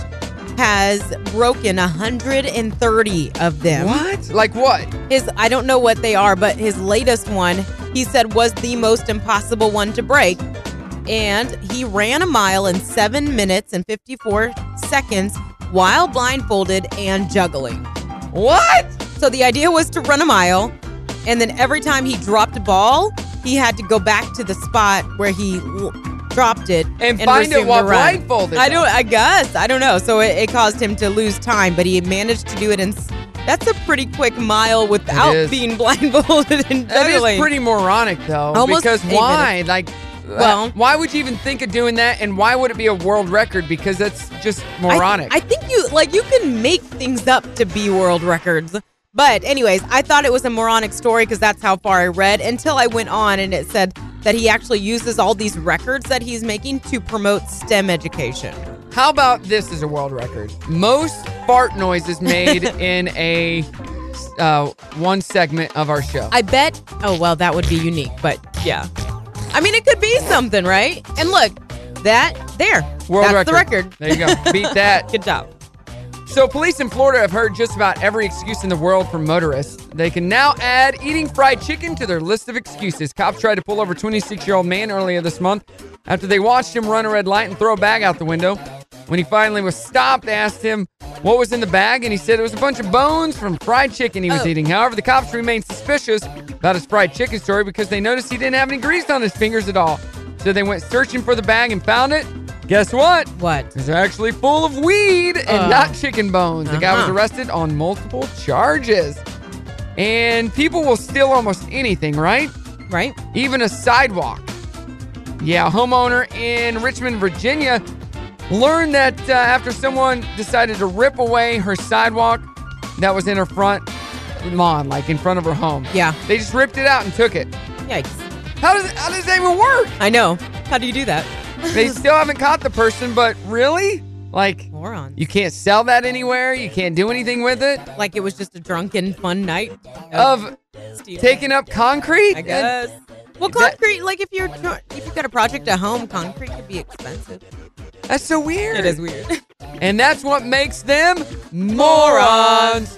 has broken 130 of them. What? Like what? His I don't know what they are, but his latest one he said was the most impossible one to break. And he ran a mile in 7 minutes and 54 seconds while blindfolded and juggling. What? So the idea was to run a mile, and then every time he dropped a ball, he had to go back to the spot where he l- dropped it And find resume it while the run. blindfolded. I don't. I guess I don't know. So it, it caused him to lose time, but he managed to do it in. s- That's a pretty quick mile is. without being blindfolded and juggling. That is pretty moronic, though. Almost because eight minutes. why? Like, Well- well, why would you even think of doing that? And why would it be a world record? Because that's just I- moronic. I, think you like you can make things up to be world records. But anyways, I thought it was a moronic story because that's how far I read until I went on and it said that he actually uses all these records that he's making to promote STEM education. How about this is a world record? Most fart noises made in a uh, one segment of our show. I bet. Oh well, that would be unique, but yeah. I mean, it could be something, right? And look, that there, world that's record. the record. There you go. Beat that. Good job. So, police in Florida have heard just about every excuse in the world from motorists. They can now add eating fried chicken to their list of excuses. Cops tried to pull over 26-year-old man earlier this month after they watched him run a red light and throw a bag out the window. When he finally was stopped, they asked him what was in the bag, and he said it was a bunch of bones from fried chicken he was Oh. eating. However, the cops remained suspicious about his fried chicken story because they noticed he didn't have any grease on his fingers at all. So they went searching for the bag and found it. Guess what? What? is actually full of weed and Uh, not chicken bones. The guy was uh-huh. arrested on multiple charges. And people will steal almost anything, right? Right? Even a sidewalk. Yeah, a homeowner in Richmond, Virginia learned that uh, after someone decided to rip away her sidewalk that was in her front lawn, like in front of her home. Yeah. They just ripped it out and took it. Yikes! How does, how does that even work? I know. How do you do that? They still haven't caught the person, but really? Like, Morons. you can't sell that anywhere. You can't do anything with it. like it was just a drunken fun night Of stealing, taking up concrete. I guess. Well, That- concrete, like if you're tr- if you've got a project at home, concrete could be expensive. That's so weird. It is weird. And that's what makes them morons.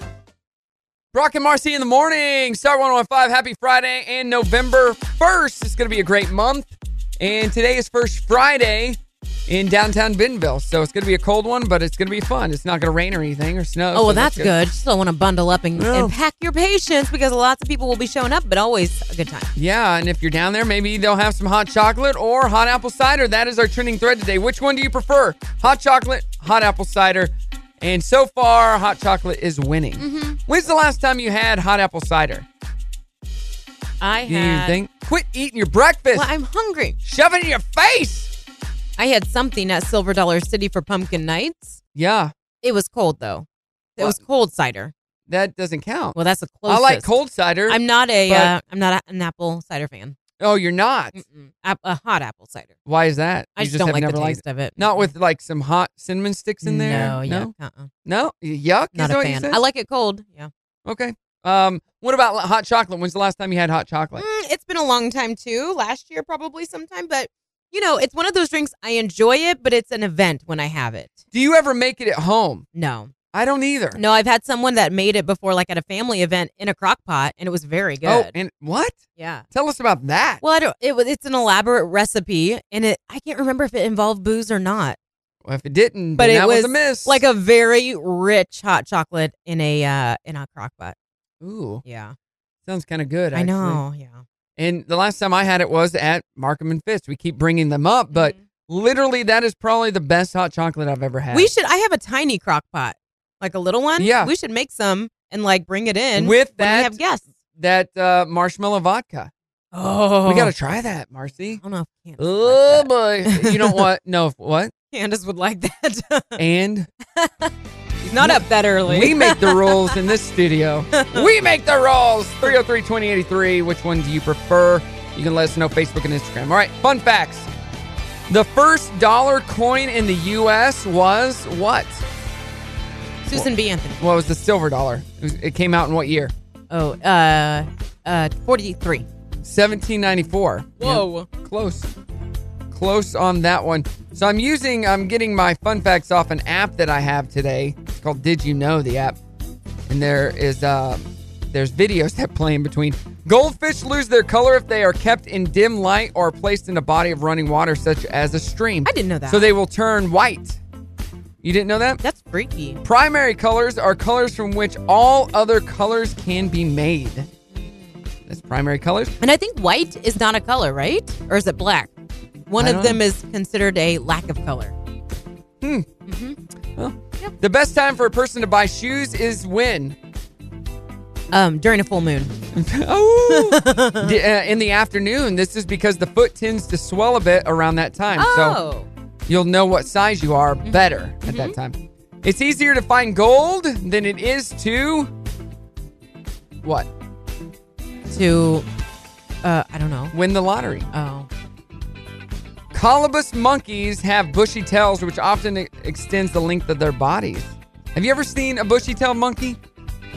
Brock and Marcy in the morning. Star 115. Happy Friday and November 1st. It's going to be a great month. And today is First Friday. in downtown Bentonville. So it's going to be a cold one, but it's going to be fun. It's not going to rain or anything or snow. Oh, so well, that's good. You still want to bundle up and, Yeah. and pack your patience because lots of people will be showing up, but always a good time. Yeah, and if you're down there, maybe they'll have some hot chocolate or hot apple cider. That is our trending thread today. Which one do you prefer? Hot chocolate, hot apple cider. And so far, hot chocolate is winning. Mm-hmm. When's the last time you had hot apple cider? I Do you think? Quit eating your breakfast. Well, I'm hungry. Shove it in your face. I had something at Silver Dollar City for pumpkin nights. Yeah, It was cold though. It was cold cider. that doesn't count. Well, that's the I closest. like cold cider. I'm not a. but- Uh, I'm not a, an apple cider fan. oh, you're not. Mm-mm. A, a hot apple cider. Why is that? Mm. I You just, don't have like the never liked taste of it. it. Not with like some hot cinnamon sticks in there. No, yeah, no, uh-uh. no? yuck. not is a what You fan. said? I like it cold. Yeah, Okay. Um, what about li- hot chocolate? When's the last time you had hot chocolate? Mm, it's been a long time too. Last year, probably sometime, but you know, it's one of those drinks. I enjoy it, but it's an event when I have it. Do you ever make it at home? No, I don't either. no, I've had someone that made it before, like at a family event in a crock pot, and it was very good. Oh, and what? yeah. Tell us about that. Well, I don't, it was it's an elaborate recipe, and it I can't remember if it involved booze or not. Well, if it didn't, But then it that was, was a miss. Like a very rich hot chocolate in a uh, in a crock pot. ooh, Yeah, sounds kind of good. I actually. know. Yeah, And the last time I had it was at Markham and Fist. We keep bringing them up, but literally that is probably the best hot chocolate I've ever had. Mm-hmm. we should. I have a tiny crock pot, like a little one. Yeah. we should make some and like bring it in with when that we have guests. that uh, marshmallow vodka. Oh, We gotta try that, Marcy. I don't know if Candace would Oh like that. boy, you don't want no what Candace would like that. and She's not up that early. We make the rules in this studio. We make the rules. 303 2083. Which one do you prefer? You can let us know Facebook and Instagram. All right, fun facts. The first dollar coin in the U.S. was what? Susan B. Anthony. Well, it was the silver dollar. It, was- it came out in what year? Oh, uh, uh, forty three. 1794. Yeah, close. Close on that one. So I'm using, I'm getting my fun facts off an app that I have today. It's called Did You Know the app. And there is, um, there's videos that play in between. Goldfish lose their color if they are kept in dim light or placed in a body of running water, such as a stream. I didn't know that. So they will turn white. You didn't know that? That's freaky. Primary colors are colors from which all other colors can be made. That's primary colors. And I think white is not a color, right? Or is it black? One I of don't them is considered a lack of color. The best time for a person to buy shoes is when? Um, during a full moon. oh, D- uh, in the afternoon. This is because the foot tends to swell a bit around that time. Oh. So you'll know what size you are better at that time. It's easier to find gold than it is to. What? To uh I don't know. Win the lottery. Oh. Colobus monkeys have bushy tails, which often e- extends the length of their bodies. Have you ever seen a bushy tailed monkey?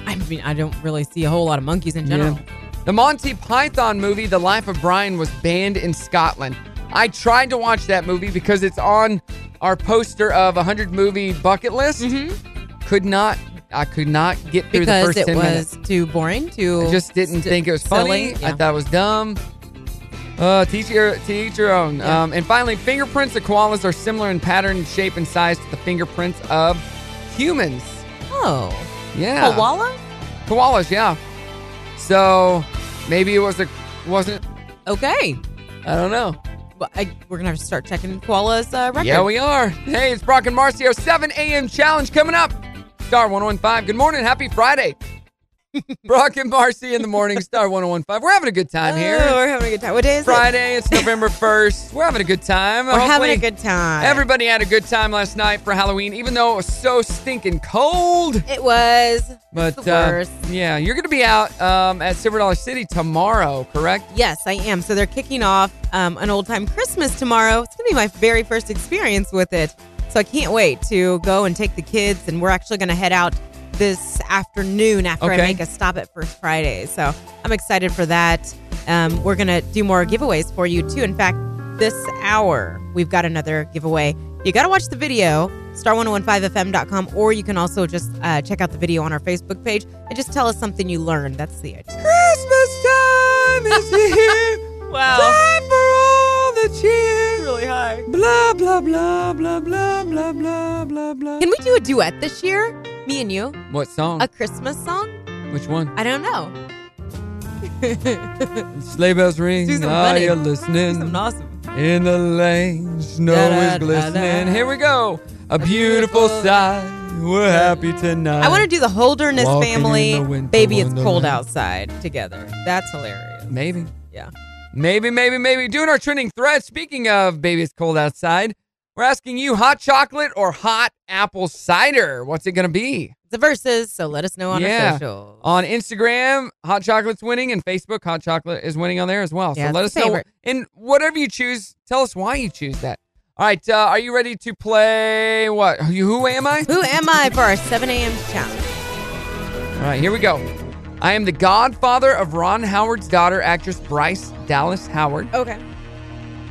I mean, I don't really see a whole lot of monkeys in general. Yeah. The Monty Python movie, The Life of Brian, was banned in Scotland. I tried to watch that movie because it's on our poster of a 100 movie bucket list. Could not, I could not get through the Mm-hmm. Because first it 10 was minutes. too boring, too I just didn't sti- think it was funny. silly. I Yeah. thought it was dumb. Uh, teach your to each your own. Yeah. Um, and finally, fingerprints of koalas are similar in pattern, shape, and size to the fingerprints of humans. Oh. Yeah, Koala? koalas. Yeah. So maybe it was a wasn't. Okay. I don't know. Well, I, we're gonna have to start checking koala's uh, record. Yeah, we are. Hey, it's Brock and Marcio. 7 a.m. challenge coming up. Star 1015. Good morning. Happy Friday. Brock and Marcy in the morning. Star 1015. We're having a good time oh, here. We're having a good time. What day is it? Friday. It's November 1st. We're having a good time. We're having a Hopefully good time. Everybody had a good time last night for Halloween, even though it was so stinking cold. it was But the worst. Uh, yeah, you're going to be out um, at Silver Dollar City tomorrow, correct? Yes, I am. So they're kicking off um, an old time Christmas tomorrow. It's going to be my very first experience with it. So I can't wait to go and take the kids. And we're actually going to head out this afternoon after Okay. I make a stop at First Friday. So I'm excited for that. Um, we're going to do more giveaways for you, too. In fact, this hour, we've got another giveaway. You got to watch the video, star1015fm.com, or you can also just uh, check out the video on our Facebook page and just tell us something you learned. That's the idea. Christmas time is here. Wow. Time for all the the cheer. Really high. Blah, blah, blah, blah, blah, blah, blah, blah, blah. Can Uh, we do a duet this year? Me and you? What song? A Christmas song? Which one? I don't know. Sleigh bells ring. Do some Are funny. you Something listening? awesome. In the lane, snow Da-da-da-da. is glistening. Here we go. A beautiful beautiful- sight. We're happy tonight. I want to do the Holderness Walking family. in the winter Baby, it's cold wonderland. outside together. That's hilarious. Maybe. Yeah. Maybe, maybe, maybe. Doing our trending thread. Speaking of baby, it's cold outside. We're asking you hot chocolate or hot apple cider. What's it going to be? The verses, so let us know on Yeah. our social. On Instagram, hot chocolate's winning, and Facebook, hot chocolate is winning on there as well. So Yeah, let us it's know. a favorite. And whatever you choose, tell us why you choose that. All right. Uh, are you ready to play what? Who who am I? Who am I for our 7 a.m. challenge? All right, here we go. I am the godfather of Ron Howard's daughter, actress Bryce Dallas Howard. Okay.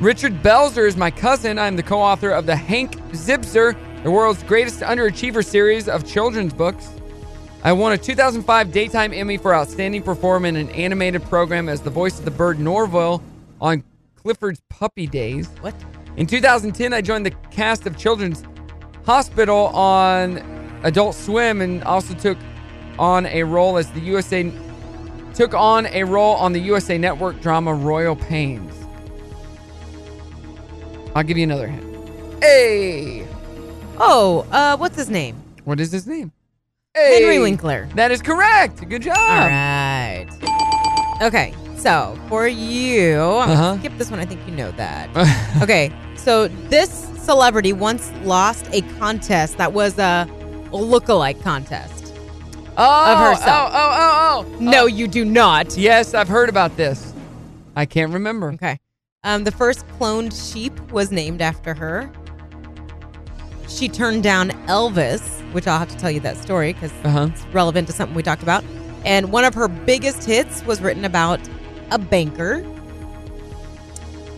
Richard Belzer is my cousin. I'm the co author of the Hank Zibzer, the world's greatest underachiever series of children's books. I won a 2005 Daytime Emmy for Outstanding Performer in an Animated Program as the voice of the bird Norville on Clifford's Puppy Days. What? In 2010, I joined the cast of Children's Hospital on Adult Swim and also took on a role as the USA took on a role on the USA Network drama Royal Pains. I'll give you another hint. Hey, Oh, uh, what's his name? what is his name? Henry Hey. Winkler. That is correct. Good job. All right. Okay, so for you, I'm gonna Uh-huh. skip this one. I think you know that. okay, so this celebrity once lost a contest that was a look-alike contest. oh, Of herself. Oh, oh, oh, oh. No, you do not. Yes, I've heard about this. I can't remember. Okay. Um, the first cloned sheep was named after her. She turned down Elvis, which I'll have to tell you that story because Uh huh. it's relevant to something we talked about. And one of her biggest hits was written about a banker.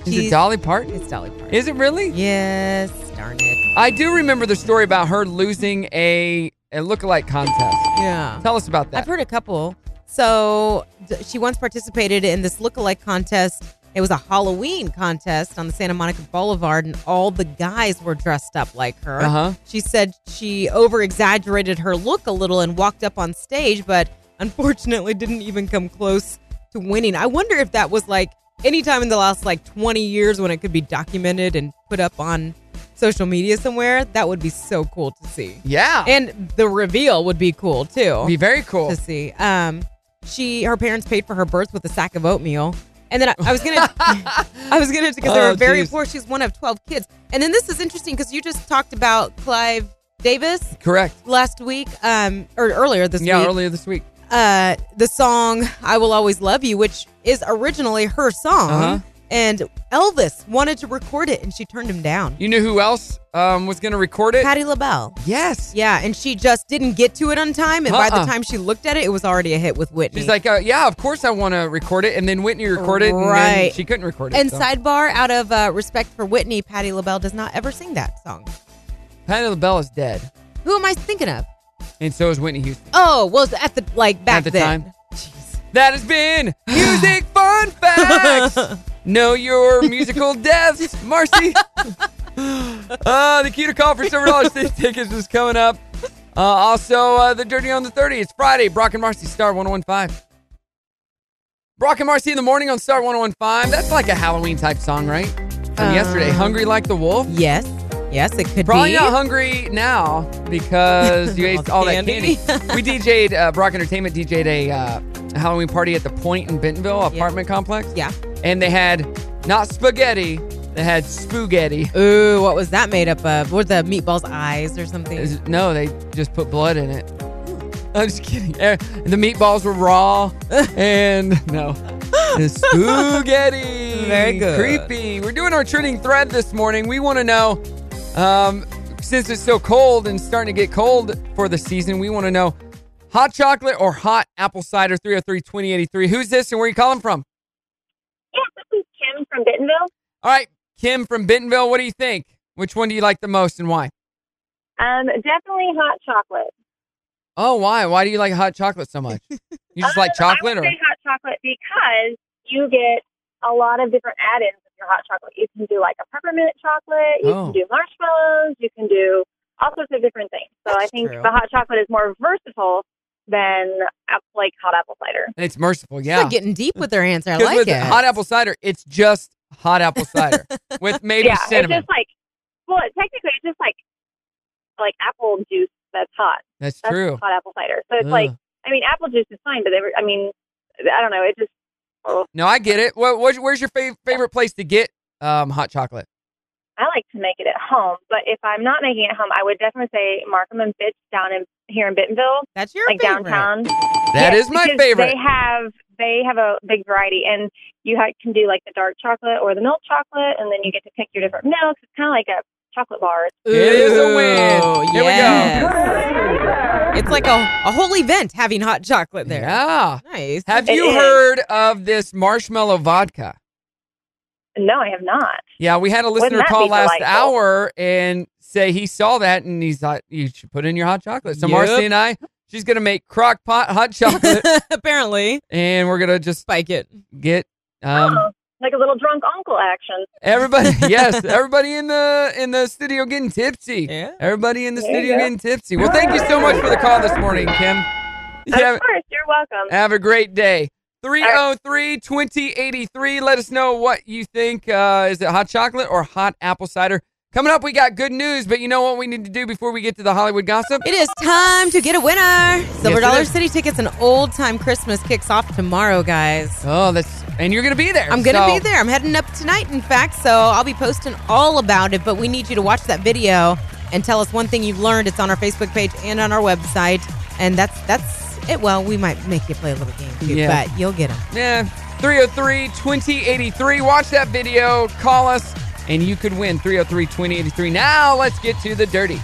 Is She's- it Dolly Parton? It's Dolly Parton. Is it really? Yes, darn it. I do remember the story about her losing a a lookalike contest. Yeah. Tell us about that. I've heard a couple. So th- she once participated in this lookalike contest. It was a Halloween contest on the Santa Monica Boulevard, and all the guys were dressed up like her. Uh-huh. She said she over exaggerated her look a little and walked up on stage, but unfortunately didn't even come close to winning. I wonder if that was like any time in the last like 20 years when it could be documented and put up on social media somewhere. That would be so cool to see. Yeah. And the reveal would be cool too Be very cool. to see. Um, she her parents paid for her birth with a sack of oatmeal, and then I, I was gonna, I was gonna because they Oh, were very geez. poor. She's one of twelve kids, and then this is interesting because you just talked about Clive Davis Correct. last week, um, or earlier this Yeah, week. earlier this week. Uh, the song "I Will Always Love You," which is originally her song, Uh-huh. and Elvis wanted to record it, and she turned him down. You knew who else um, was going to record it? Patti LaBelle. yes. Yeah, and she just didn't get to it on time. And by Uh-uh. the time she looked at it, it was already a hit with Whitney. She's like, uh, yeah, of course I want to record it. And then Whitney recorded and then Right. she couldn't record it. And so. sidebar, out of uh, respect for Whitney, Patti LaBelle does not ever sing that song. Patty LaBelle is dead. Who am I thinking of? And so is Whitney Houston. Oh, well, it's at the like back At the then. time. Jeez. That has been Music Fun Facts. know your musical deaths, Marcy. uh, the cue to call for $7 city tickets is coming up. Uh, also, uh, the Dirty on the 30. It's Friday. Brock and Marcy, Star 1015. Brock and Marcy in the morning on Star 1015. That's like a Halloween type song, right? From Um, yesterday. Hungry Like the Wolf? Yes, yes, it could Probably be. not hungry now because you ate all All that candy. candy. we DJ'd, uh, Brock Entertainment DJ'd a uh, Halloween party at the Point in Bentonville apartment complex. Yeah. And they had not spaghetti, they had spaghetti. Ooh, what was that made up of? Were the meatballs eyes or something? Is- No, they just put blood in it. I'm just kidding. Eh, The meatballs were raw and no. The spaghetti. Very good. Creepy. We're doing our trending thread this morning. We want to know, um, since it's so cold and starting to get cold for the season, we want to know hot chocolate or hot apple cider 303 2083. Who's this and where are you calling from? Yeah, this is Kim from Bentonville. All right, Kim from Bentonville, what do you think? Which one do you like the most and why? Um, definitely hot chocolate. Oh, why? Why do you like hot chocolate so much? You just like Um, chocolate I would or? say hot chocolate because you get a lot of different add-ins of your hot chocolate. You can do like a peppermint chocolate. You Oh. can do marshmallows. You can do all sorts of different things. So I That's think true. the hot chocolate is more versatile than ap- like hot apple cider. It's merciful, She's, like, yeah. getting deep with her answer. I 'Cause like with it. hot apple cider, it's just hot apple cider with maybe yeah, cinnamon. it's just like well, it, technically it's just like like apple juice that's hot. That's That's true. hot apple cider. So it's like Ugh. I mean apple juice is fine, but they were, I mean I don't know. It just no, I get it. What, what, where's your fav- favorite place to get um, hot chocolate? I like to make it at home, but if I'm not making it at home, I would definitely say Markham and Fitch down in here in Bentonville, That's your like favorite. downtown. That Yes, is my because favorite. They have they have a big variety, and you ha- can do like the dark chocolate or the milk chocolate, and then you get to pick your different milks. It's kind of like a chocolate bar. Ooh, It is a win. Here we go. yes. It's like a, a whole event having hot chocolate there. Yeah. Nice. Have It you is. heard of this marshmallow vodka? No, I have not. Yeah, we had a listener that call be last delightful? hour and say he saw that and he's like, you should put in your hot chocolate. So Yep. Marcy and I, she's gonna make crock pot hot chocolate Apparently. and we're gonna just Spike it. get um Oh, like a little drunk uncle action. everybody yes, everybody in the in the studio getting tipsy. Yeah. Everybody in the There you studio go. getting tipsy. Well, thank you so much for the call this morning, Kim. Of course, you're welcome. Have a great day. 303 2083. Let us know what you think. Uh, is it hot chocolate or hot apple cider? Coming up, we got good news, but you know what we need to do before we get to the Hollywood gossip? It is time to get a winner. Silver it Dollar is. City tickets and old time Christmas kicks off tomorrow, guys. Oh, that's. And you're going to be there. I'm gonna so- be there. I'm heading up tonight, in fact, so I'll be posting all about it. But we need you to watch that video and tell us one thing you've learned. It's on our Facebook page and on our website, and that's that's it. Well, we might make you play a little game too, Yeah. but you'll get them. Yeah. 303 2083. Watch that video. Call us, and you could win 303 2083. Now, let's get to the dirty.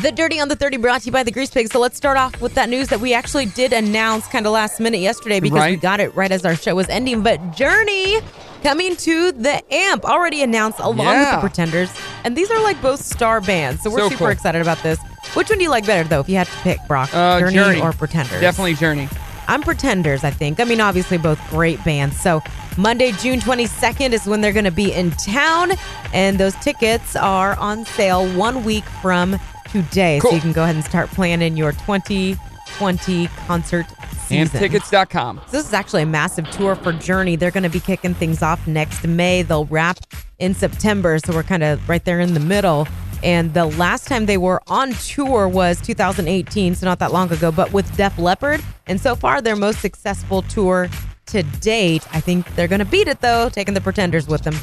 The Dirty on the 30 brought to you by the Grease Pig. So let's start off with that news that we actually did announce kind of last minute yesterday because we Right. got it right as our show was ending. But Journey coming to the AMP already announced along Yeah. with the Pretenders. And these are like both star bands. So we're So super cool. excited about this. Which one do you like better though if you had to pick, Brock? Uh, Journey, Journey. or Pretenders? Definitely Journey. I'm Pretenders, I think. I mean, obviously, both great bands. So, Monday, June 22nd is when they're going to be in town. And those tickets are on sale one week from today. Cool. So, you can go ahead and start planning your 2020 concert season. AmpTickets.com. So this is actually a massive tour for Journey. They're going to be kicking things off next May. They'll wrap in September, so we're kind of right there in the middle. And the last time they were on tour was 2018, so not that long ago, but with Def Leppard. And so far, their most successful tour to date. I think they're going to beat it though, taking the Pretenders with them.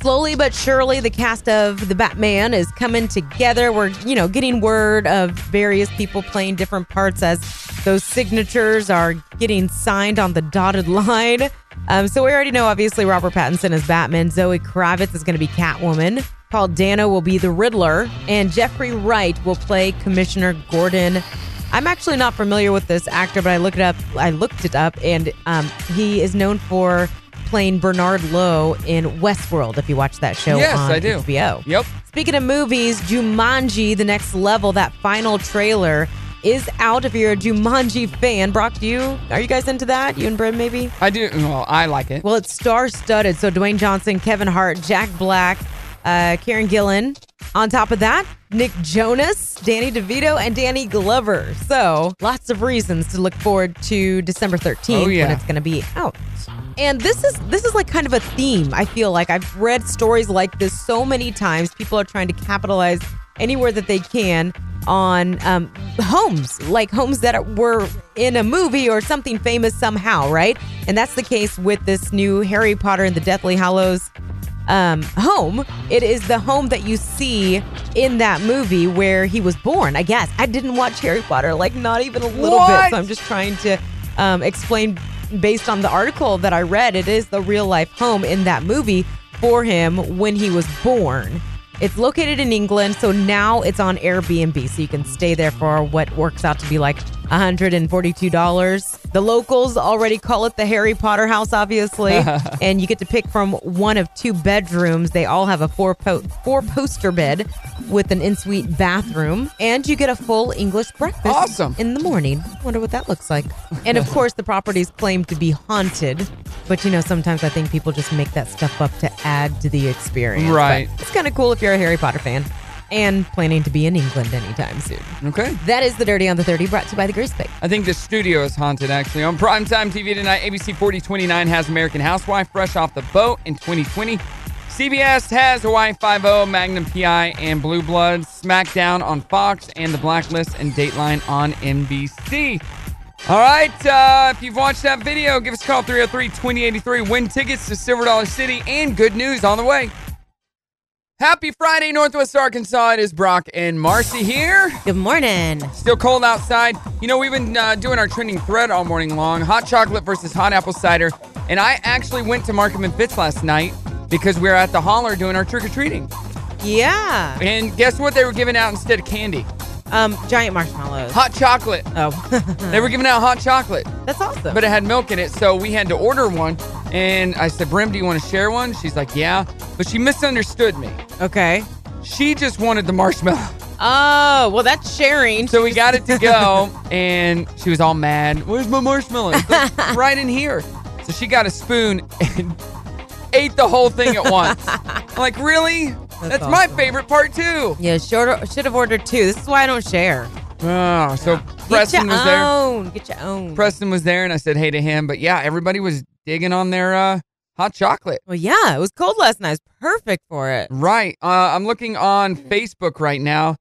Slowly but surely, the cast of The Batman is coming together. We're, you know, getting word of various people playing different parts as those signatures are getting signed on the dotted line. Um, so we already know, obviously, Robert Pattinson is Batman. Zoe Kravitz is going to be Catwoman. Paul Dano will be the Riddler. And Jeffrey Wright will play Commissioner Gordon. I'm actually not familiar with this actor, but I looked it up. I looked it up, and um, he is known for playing Bernard Lowe in Westworld. If you watch that show, Yes, on I do. HBO. Yep. Speaking of movies, Jumanji: The Next Level, that final trailer is out. If you're a Jumanji fan, Brock, do you are you guys into that? You and Bryn, maybe? I do. Well, I like it. Well, it's star-studded. So Dwayne Johnson, Kevin Hart, Jack Black, uh, Karen Gillan. On top of that, Nick Jonas, Danny DeVito, and Danny Glover. So lots of reasons to look forward to December 13th Oh, yeah. when it's going to be out. And this is this is like kind of a theme. I feel like I've read stories like this so many times. People are trying to capitalize anywhere that they can on um, homes, like homes that were in a movie or something famous somehow, right? And that's the case with this new Harry Potter and the Deathly Hallows um, home. It is the home that you see in that movie where he was born. I guess I didn't watch Harry Potter, like not even a little bit. What? So I'm just trying to um, explain based on the article that I read. It is the real life home in that movie for him when he was born. It's located in England, so now it's on Airbnb, so you can stay there for what works out to be like $142. The locals already call it the Harry Potter house, obviously. and you get to pick from one of two bedrooms. They all have a four, po- four poster bed with an en suite bathroom. And you get a full English breakfast Awesome. in the morning. Wonder what that looks like. And of course, the property is claimed to be haunted. But you know, sometimes I think people just make that stuff up to add to the experience. But Right. it's kind of cool if you're a Harry Potter fan and planning to be in England anytime soon. Okay. That is the Dirty on the 30 brought to you by the Grease Pig. I think the studio is haunted, actually. On primetime TV tonight, ABC 4029 has American Housewife fresh off the boat in 2020. CBS has Hawaii 5 Magnum PI, and Blue Blood. SmackDown on Fox, and The Blacklist and Dateline on NBC. All right, uh, if you've watched that video, give us a call 303 2083. Win tickets to Silver Dollar City, and good news on the way. Happy Friday, Northwest Arkansas. It is Brock and Marcy here. Good morning. Still cold outside. You know, we've been uh, doing our trending thread all morning long hot chocolate versus hot apple cider. And I actually went to Markham and Fitz last night because we were at the holler doing our trick or treating. Yeah. And guess what they were giving out instead of candy? Um, giant marshmallows. Hot chocolate. Oh, They were giving out hot chocolate, that's awesome. but it had milk in it. So we had to order one. And I said, Brim, do you want to share one? She's like, yeah. But she misunderstood me. okay. She just wanted the marshmallow. Oh, well, that's sharing. So we got it to go, and she was all mad. Where's my marshmallow? It's like, right in here. So she got a spoon and ate the whole thing at once. I'm like, really? That's, That's my awesome. favorite part too. yeah, short, should have ordered two. This is why I don't share. Oh, so Preston Get your was there. own. Get your own. Preston was there, and I said hey to him. But yeah, everybody was digging on their uh, hot chocolate. Well, yeah, it was cold last night. It's perfect for it. Right. Uh, I'm looking on Facebook right now,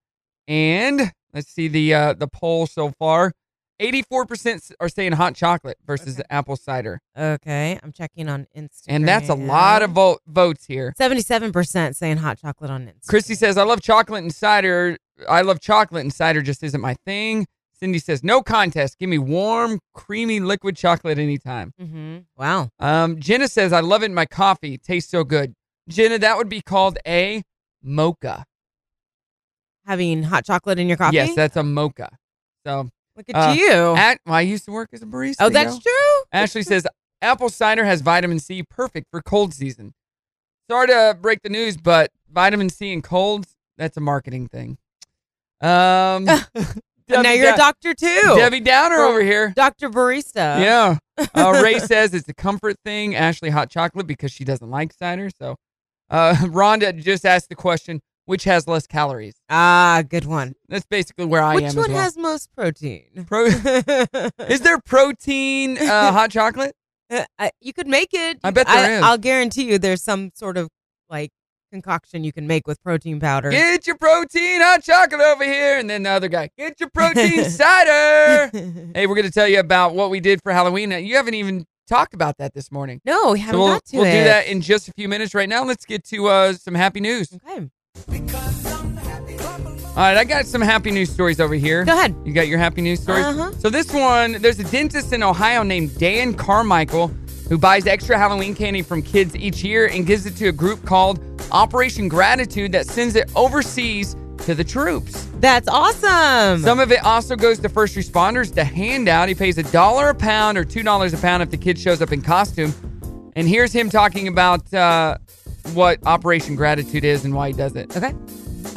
and let's see the uh, the poll so far. 84% are saying hot chocolate versus apple cider. Okay, I'm checking on Instagram. And that's a lot of vo- votes here. 77% saying hot chocolate on Instagram. Christy says, I love chocolate and cider. I love chocolate and cider just isn't my thing. Cindy says, no contest. Give me warm, creamy, liquid chocolate anytime. hmm Wow. Um, Jenna says, I love it in my coffee. Tastes so good. Jenna, that would be called a mocha. Having hot chocolate in your coffee? Yes, that's a mocha. So, Look at uh, you. at, well, I used to work as a barista. oh, you that's know? true. Ashley says apple cider has vitamin C, perfect for cold season. Sorry to break the news, but vitamin C and colds, that's a marketing thing. Um And now Debbie you're a Dow- doctor too. Debbie Downer over here. Dr. Barista. Yeah. Uh, Ray says it's a comfort thing. Ashley hot chocolate because she doesn't like cider. So uh, Rhonda just asked the question, which has less calories? Ah, good one. That's basically where I Which am. one as well. has most protein? Pro- is there protein uh, hot chocolate? Uh, I- you could make it. I bet there is. I'll guarantee you there's some sort of like concoction you can make with protein powder. Get your protein hot chocolate over here. And then the other guy, get your protein cider. Hey, we're going to tell you about what we did for Halloween. Now, You haven't even talked about that this morning. no, we haven't we'll got to we'll it. do that in just a few minutes right now. Let's get to uh, some happy news. Okay. All right, I got some happy news stories over here. Go ahead. You got your happy news stories? Uh-huh. So, this one there's a dentist in Ohio named Dan Carmichael who buys extra Halloween candy from kids each year and gives it to a group called Operation Gratitude that sends it overseas to the troops. That's awesome. Some of it also goes to first responders to hand out. He pays a dollar a pound or two dollars a pound if the kid shows up in costume. And here's him talking about uh, what Operation Gratitude is and why he does it. okay.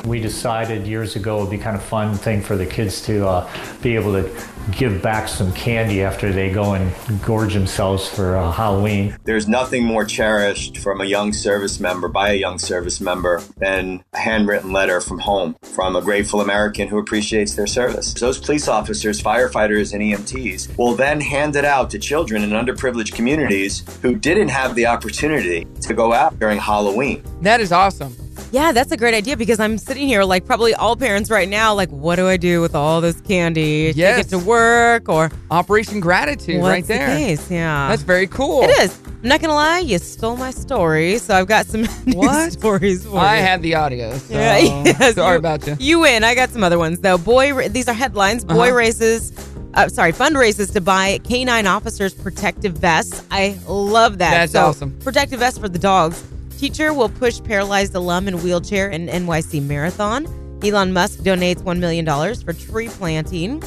We decided years ago it would be kind of fun thing for the kids to uh, be able to give back some candy after they go and gorge themselves for uh, Halloween. There's nothing more cherished from a young service member by a young service member than a handwritten letter from home from a grateful American who appreciates their service. Those police officers, firefighters, and EMTs will then hand it out to children in underprivileged communities who didn't have the opportunity to go out during Halloween. That is awesome. Yeah, that's a great idea because I'm sitting here like probably all parents right now, like, what do I do with all this candy? Yes. Take it to work or Operation Gratitude what's right the there. case? Yeah. That's very cool. It is. I'm not gonna lie, you stole my story, so I've got some new What? stories for I you. had the audio. So Yeah, yes, sorry you- about you. You win. I got some other ones though. Boy, ra- these are headlines. Boy Uh-huh. races, uh, sorry, fund races to buy canine officers protective vests. I love that. That's So, awesome. Protective vests for the dogs. Teacher will push paralyzed alum in wheelchair in NYC marathon. Elon Musk donates one million dollars for tree planting.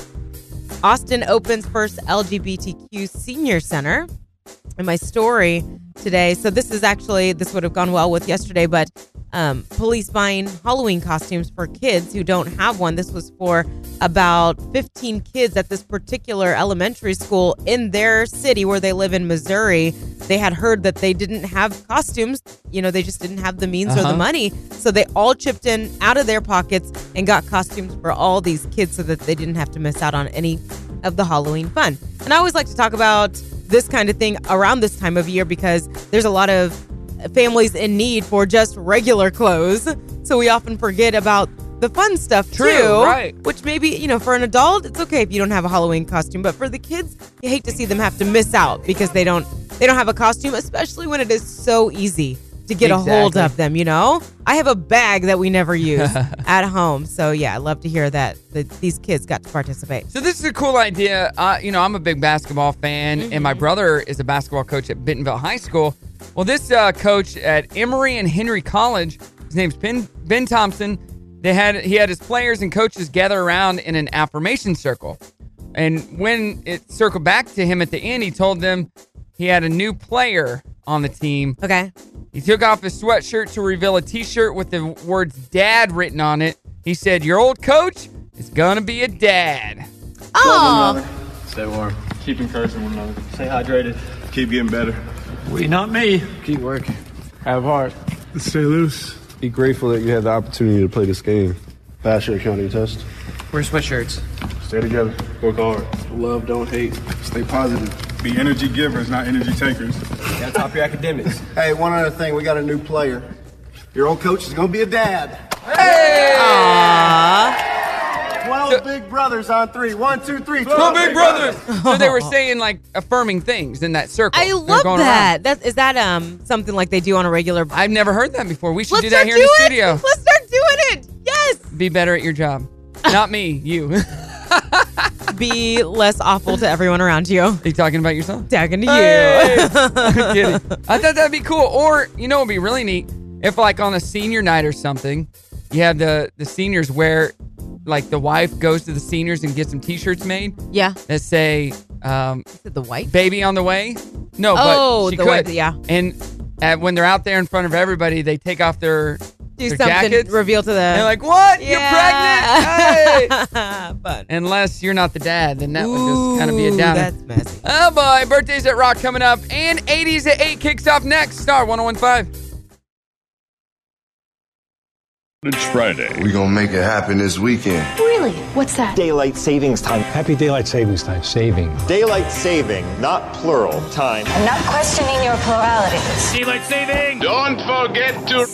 Austin opens first LGBTQ senior center in my story today. So this is actually this would have gone well with yesterday, but um, police buying Halloween costumes for kids who don't have one. This was for about 15 kids at this particular elementary school in their city where they live in Missouri. They had heard that they didn't have costumes. You know, they just didn't have the means or Uh-huh. the money. So they all chipped in out of their pockets and got costumes for all these kids so that they didn't have to miss out on any of the Halloween fun. And I always like to talk about this kind of thing around this time of year because there's a lot of families in need for just regular clothes. So we often forget about the fun stuff True, too. right. Which maybe, you know, for an adult, it's okay if you don't have a Halloween costume, but for the kids, you hate to see them have to miss out because they don't they don't have a costume, especially when it is so easy to get a hold Exactly. of them, you know? I have a bag that we never use at home. So yeah, I love to hear that, that these kids got to participate. So this is a cool idea. Uh, you know, I'm a big basketball fan, and my brother is a basketball coach at Bentonville High School. Well, this uh, coach at Emory and Henry College, his name's Ben Ben Thompson. They had he had his players and coaches gather around in an affirmation circle, and when it circled back to him at the end, he told them he had a new player on the team Okay. he took off his sweatshirt to reveal a t-shirt with the words dad written on it. He said, Your old coach is gonna be a dad. Oh, Stay warm. Keep encouraging one another. Stay hydrated. Keep getting better. We, not me. Keep working. Have heart. Stay loose. Be grateful that you had the opportunity to play this game. Pass your accounting test. Wear sweatshirts. Stay together. Work hard. Love, don't hate. Stay positive. Be energy givers, not energy takers. Gotta top your academics. Hey, one other thing. We got a new player. Your old coach is going to be a dad. Hey! 12 big brothers on three. One, two, three. 12, so they were saying like affirming things in that circle. I They're love going that. around. That is that um something like they do on a regular. I've never heard that before. We should Let's do that start here in the doing studio. it. Let's start doing it. Yes. Be better at your job. Not me, you. Are Be less awful to everyone around you. you talking about yourself? Tagging to you. Hey! I'm kidding. I thought that'd be cool. Or you know, it'd be really neat if, like, on a senior night or something, you have the the seniors where, like, the wife goes to the seniors and gets some T-shirts made Yeah. that say, um, Is it the white? "Baby on the way." No, Oh, but she the could. way- yeah. And uh, when they're out there in front of everybody, they take off their Do their something. jackets. Reveal to the. and they're like, "What? You're pregnant?" Hey! Fun. Unless you're not the dad, then that would just kind of be a Ooh, downer. That's messy. Oh boy, birthdays at Rock coming up, and 80s at 8 kicks off next. Star 1015. It's Friday. We're going to make it happen this weekend. Really? What's that? Daylight savings time. Happy daylight savings time. Saving. Daylight saving, not plural, time. I'm not questioning your plurality. Daylight saving. Don't forget to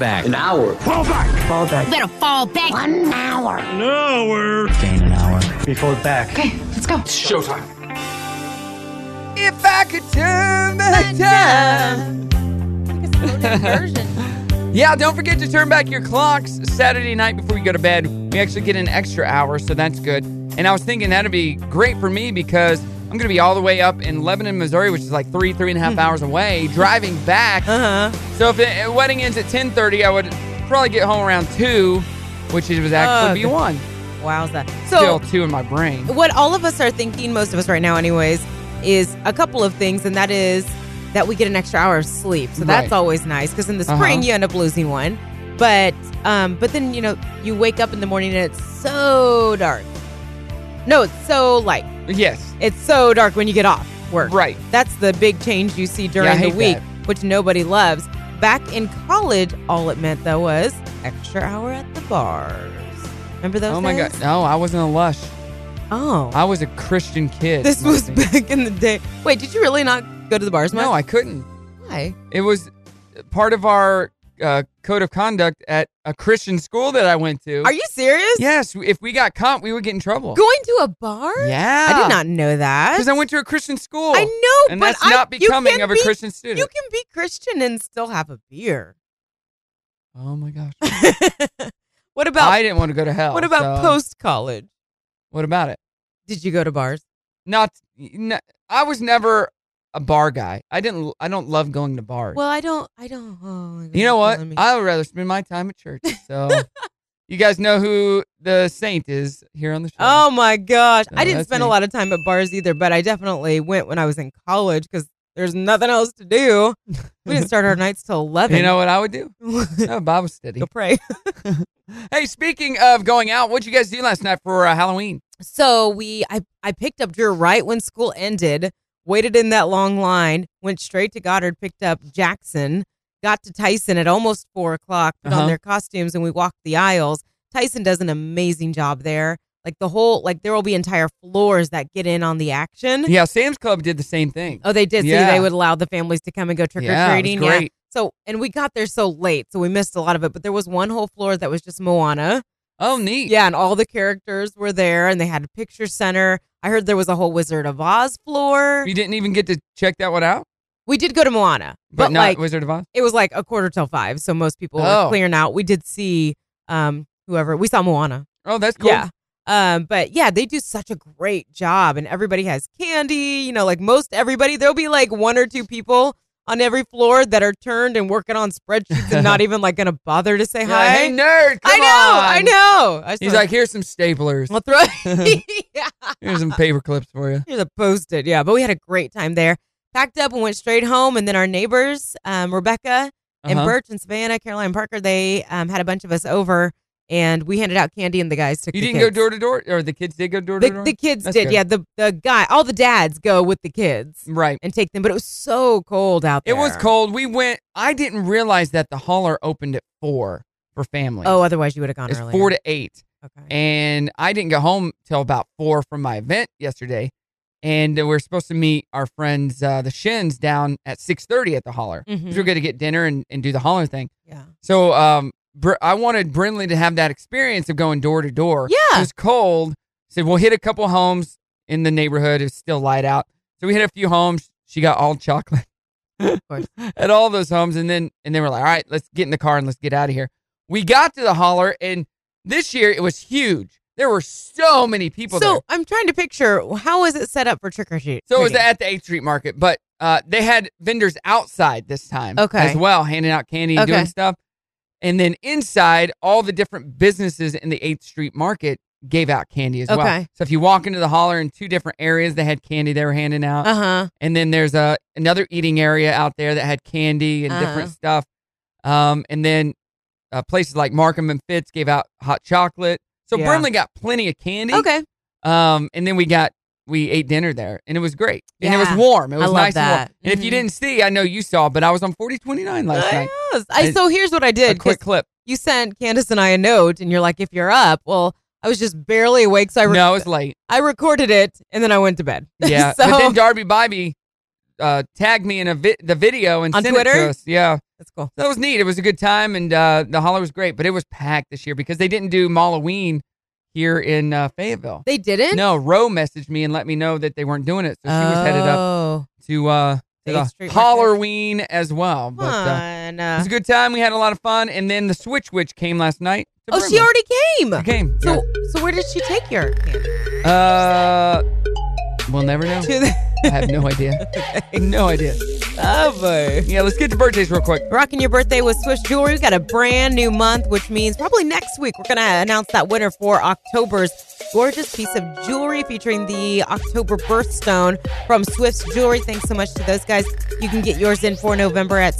Back. An hour. Better fall back. One hour. Gain an hour. Before back. Okay, let's go. If I could turn back time. Yeah, don't forget to turn back your clocks Saturday night before you go to bed. We actually get an extra hour, so that's good. And I was thinking that'd be great for me because I'm going to be all the way up in Lebanon, Missouri, which is like three, three and a half hours away, driving back. Uh huh. So if the wedding ends at 10.30, I would probably get home around 2, which it was actually be Ugh. 1. Wowza. Still So 2 in my brain. what all of us are thinking, most of us right now, anyways, is a couple of things, and that is that we get an extra hour of sleep. So that's Right. always nice because in the spring Uh-huh. you end up losing one, but um, but then you know you wake up in the morning and it's so dark. No, it's so light. Yes. It's so dark when you get off work. Right. That's the big change you see during the hate week, which nobody loves. Back in college, all it meant though was extra hour at the bars. Remember those? Oh my days? god. No, I wasn't a lush. Oh. I was a Christian kid. This was Marcy. back in the day. Wait, did you really not go to the bars much? No, I couldn't. Why? It was part of our uh, code of conduct at a Christian school that I went to. Are you serious? Yes, if we got caught, we would get in trouble. Going to a bar? Yeah. I did not know that. Because I went to a Christian school. I know, And but that's I- not you becoming can of a be- Christian student. You can be Christian and still have a beer. oh my gosh. what about I didn't want to go to hell. what about so- post college? What about it? Did you go to bars? Not. n I I was never a bar guy. I didn't. I don't love going to bars. Well, I don't. I don't. Oh, my you know goodness, what? let me- I would rather spend my time at church. So You guys know who the saint is here on the show. Oh my gosh. No, I didn't that's spend me. a lot of time at bars either, but I definitely went when I was in college because there's nothing else to do. We didn't start our nights till 11. You know what I would do? no, Bob was steady. Go pray. Hey, speaking of going out, what'd you guys do last night for uh, Halloween? So we, I, I picked up Drew right when school ended, waited in that long line, went straight to Goddard, picked up Jackson, got to Tyson at almost four o'clock, put Uh-huh. on their costumes, and we walked the aisles. Tyson does an amazing job there. Like the whole, like there will be entire floors that get in on the action. Yeah, Sam's Club did the same thing. Oh, they did. Yeah. So they would allow the families to come and go trick or Yeah, it was treating. great. So, and we got there so late, so we missed a lot of it. But there was one whole floor that was just Moana. Oh, neat. Yeah, and all the characters were there, and they had a picture center. I heard there was a whole Wizard of Oz floor. You didn't even get to check that one out. We did go to Moana, But but, not like Wizard of Oz? It was like a quarter till five, so most people Oh. were clearing out. We did see um whoever we saw Moana. Oh, that's cool. Yeah. Um, but yeah, they do such a great job, and everybody has candy. You know, like most everybody, there'll be like one or two people on every floor that are turned and working on spreadsheets and not even like gonna bother to say Yeah, hi. hey, nerd, I come know, I on. know. I He's saw- like, here's some staplers. I'll throw. Here's some paper clips for you. Here's a post-it. Yeah, but we had a great time there. Packed up and went straight home, and then our neighbors, um, Rebecca and Uh-huh. Birch and Savannah, Caroline Parker, they um, had a bunch of us over, and we handed out candy, and the guys took. You the didn't kids. go door to door, or the kids did go door to The, door. the kids That's did, good. yeah. The the guy, all the dads go with the kids, right, and take them. But it was so cold out there. It was cold. We went. I didn't realize that the holler opened at four for families. Oh, otherwise you would have gone It's earlier. four to eight. Okay. And I didn't get home till about four from my event yesterday, and we are supposed to meet our friends uh, the Shins down at six thirty at the holler. 'Cause Mhm. We are going to get dinner and, and do the holler thing. Yeah. So um, Br- I wanted Brindley to have that experience of going door to door. Yeah. It was cold. Said we'll hit a couple homes in the neighborhood. It's still light out, so we hit a few homes. She got all chocolate at all those homes, and then and then we're like, all right, let's get in the car and let's get out of here. We got to the holler, and this year it was huge. There were so many people. so there. I'm trying to picture how is it set up for trick or treat. So it was at the 8th Street Market, but uh, they had vendors outside this time Okay. as well, handing out candy and doing Okay. stuff. And then inside, all the different businesses in the 8th Street Market gave out candy as well. Okay. So if you walk into the holler in two different areas, they had candy they were handing out. Uh huh. And then there's a another eating area out there that had candy and different Uh-huh. stuff. Um, and then uh, places like Markham and Fitz gave out hot chocolate. So Yeah. Burnley got plenty of candy. Okay. Um, and then we got we ate dinner there, and it was great. And it was Yeah. warm. It I was love nice and warm. that. And if you didn't see, I know you saw, but I was on forty twenty nine last night. Yes. I, I- so here's what I did. A quick 'cause clip. You sent Candace and I a note, and you're like, if you're up, well, I was just barely awake, so I re- no, it was late. I recorded it, and then I went to bed. Yeah, so but then Darby Bybee uh, tagged me in a vi- the video and On sent it to Twitter? us. Yeah, that's cool. that was neat. It was a good time, and uh, the holler was great. But it was packed this year because they didn't do Halloween here in uh, Fayetteville. they didn't. no, Roe messaged me and let me know that they weren't doing it, so she was headed up Oh, to uh, to The the Eighth Street Market. Halloween as well. But uh, fun. It was a good time. We had a lot of fun. And then the Switch Witch came last night. to oh, she Brindley. already came. She came. So, so where did she take your? yeah. Uh, we'll never know. To the- I have no idea. no idea. Oh, Lovely. Yeah, let's get to birthdays real quick. Rocking your birthday with Swiss Jewelry. We've got a brand new month, which means probably next week we're going to announce that winner for October's gorgeous piece of jewelry featuring the October birthstone from Swiss Jewelry. Thanks so much to those guys. You can get yours in for November at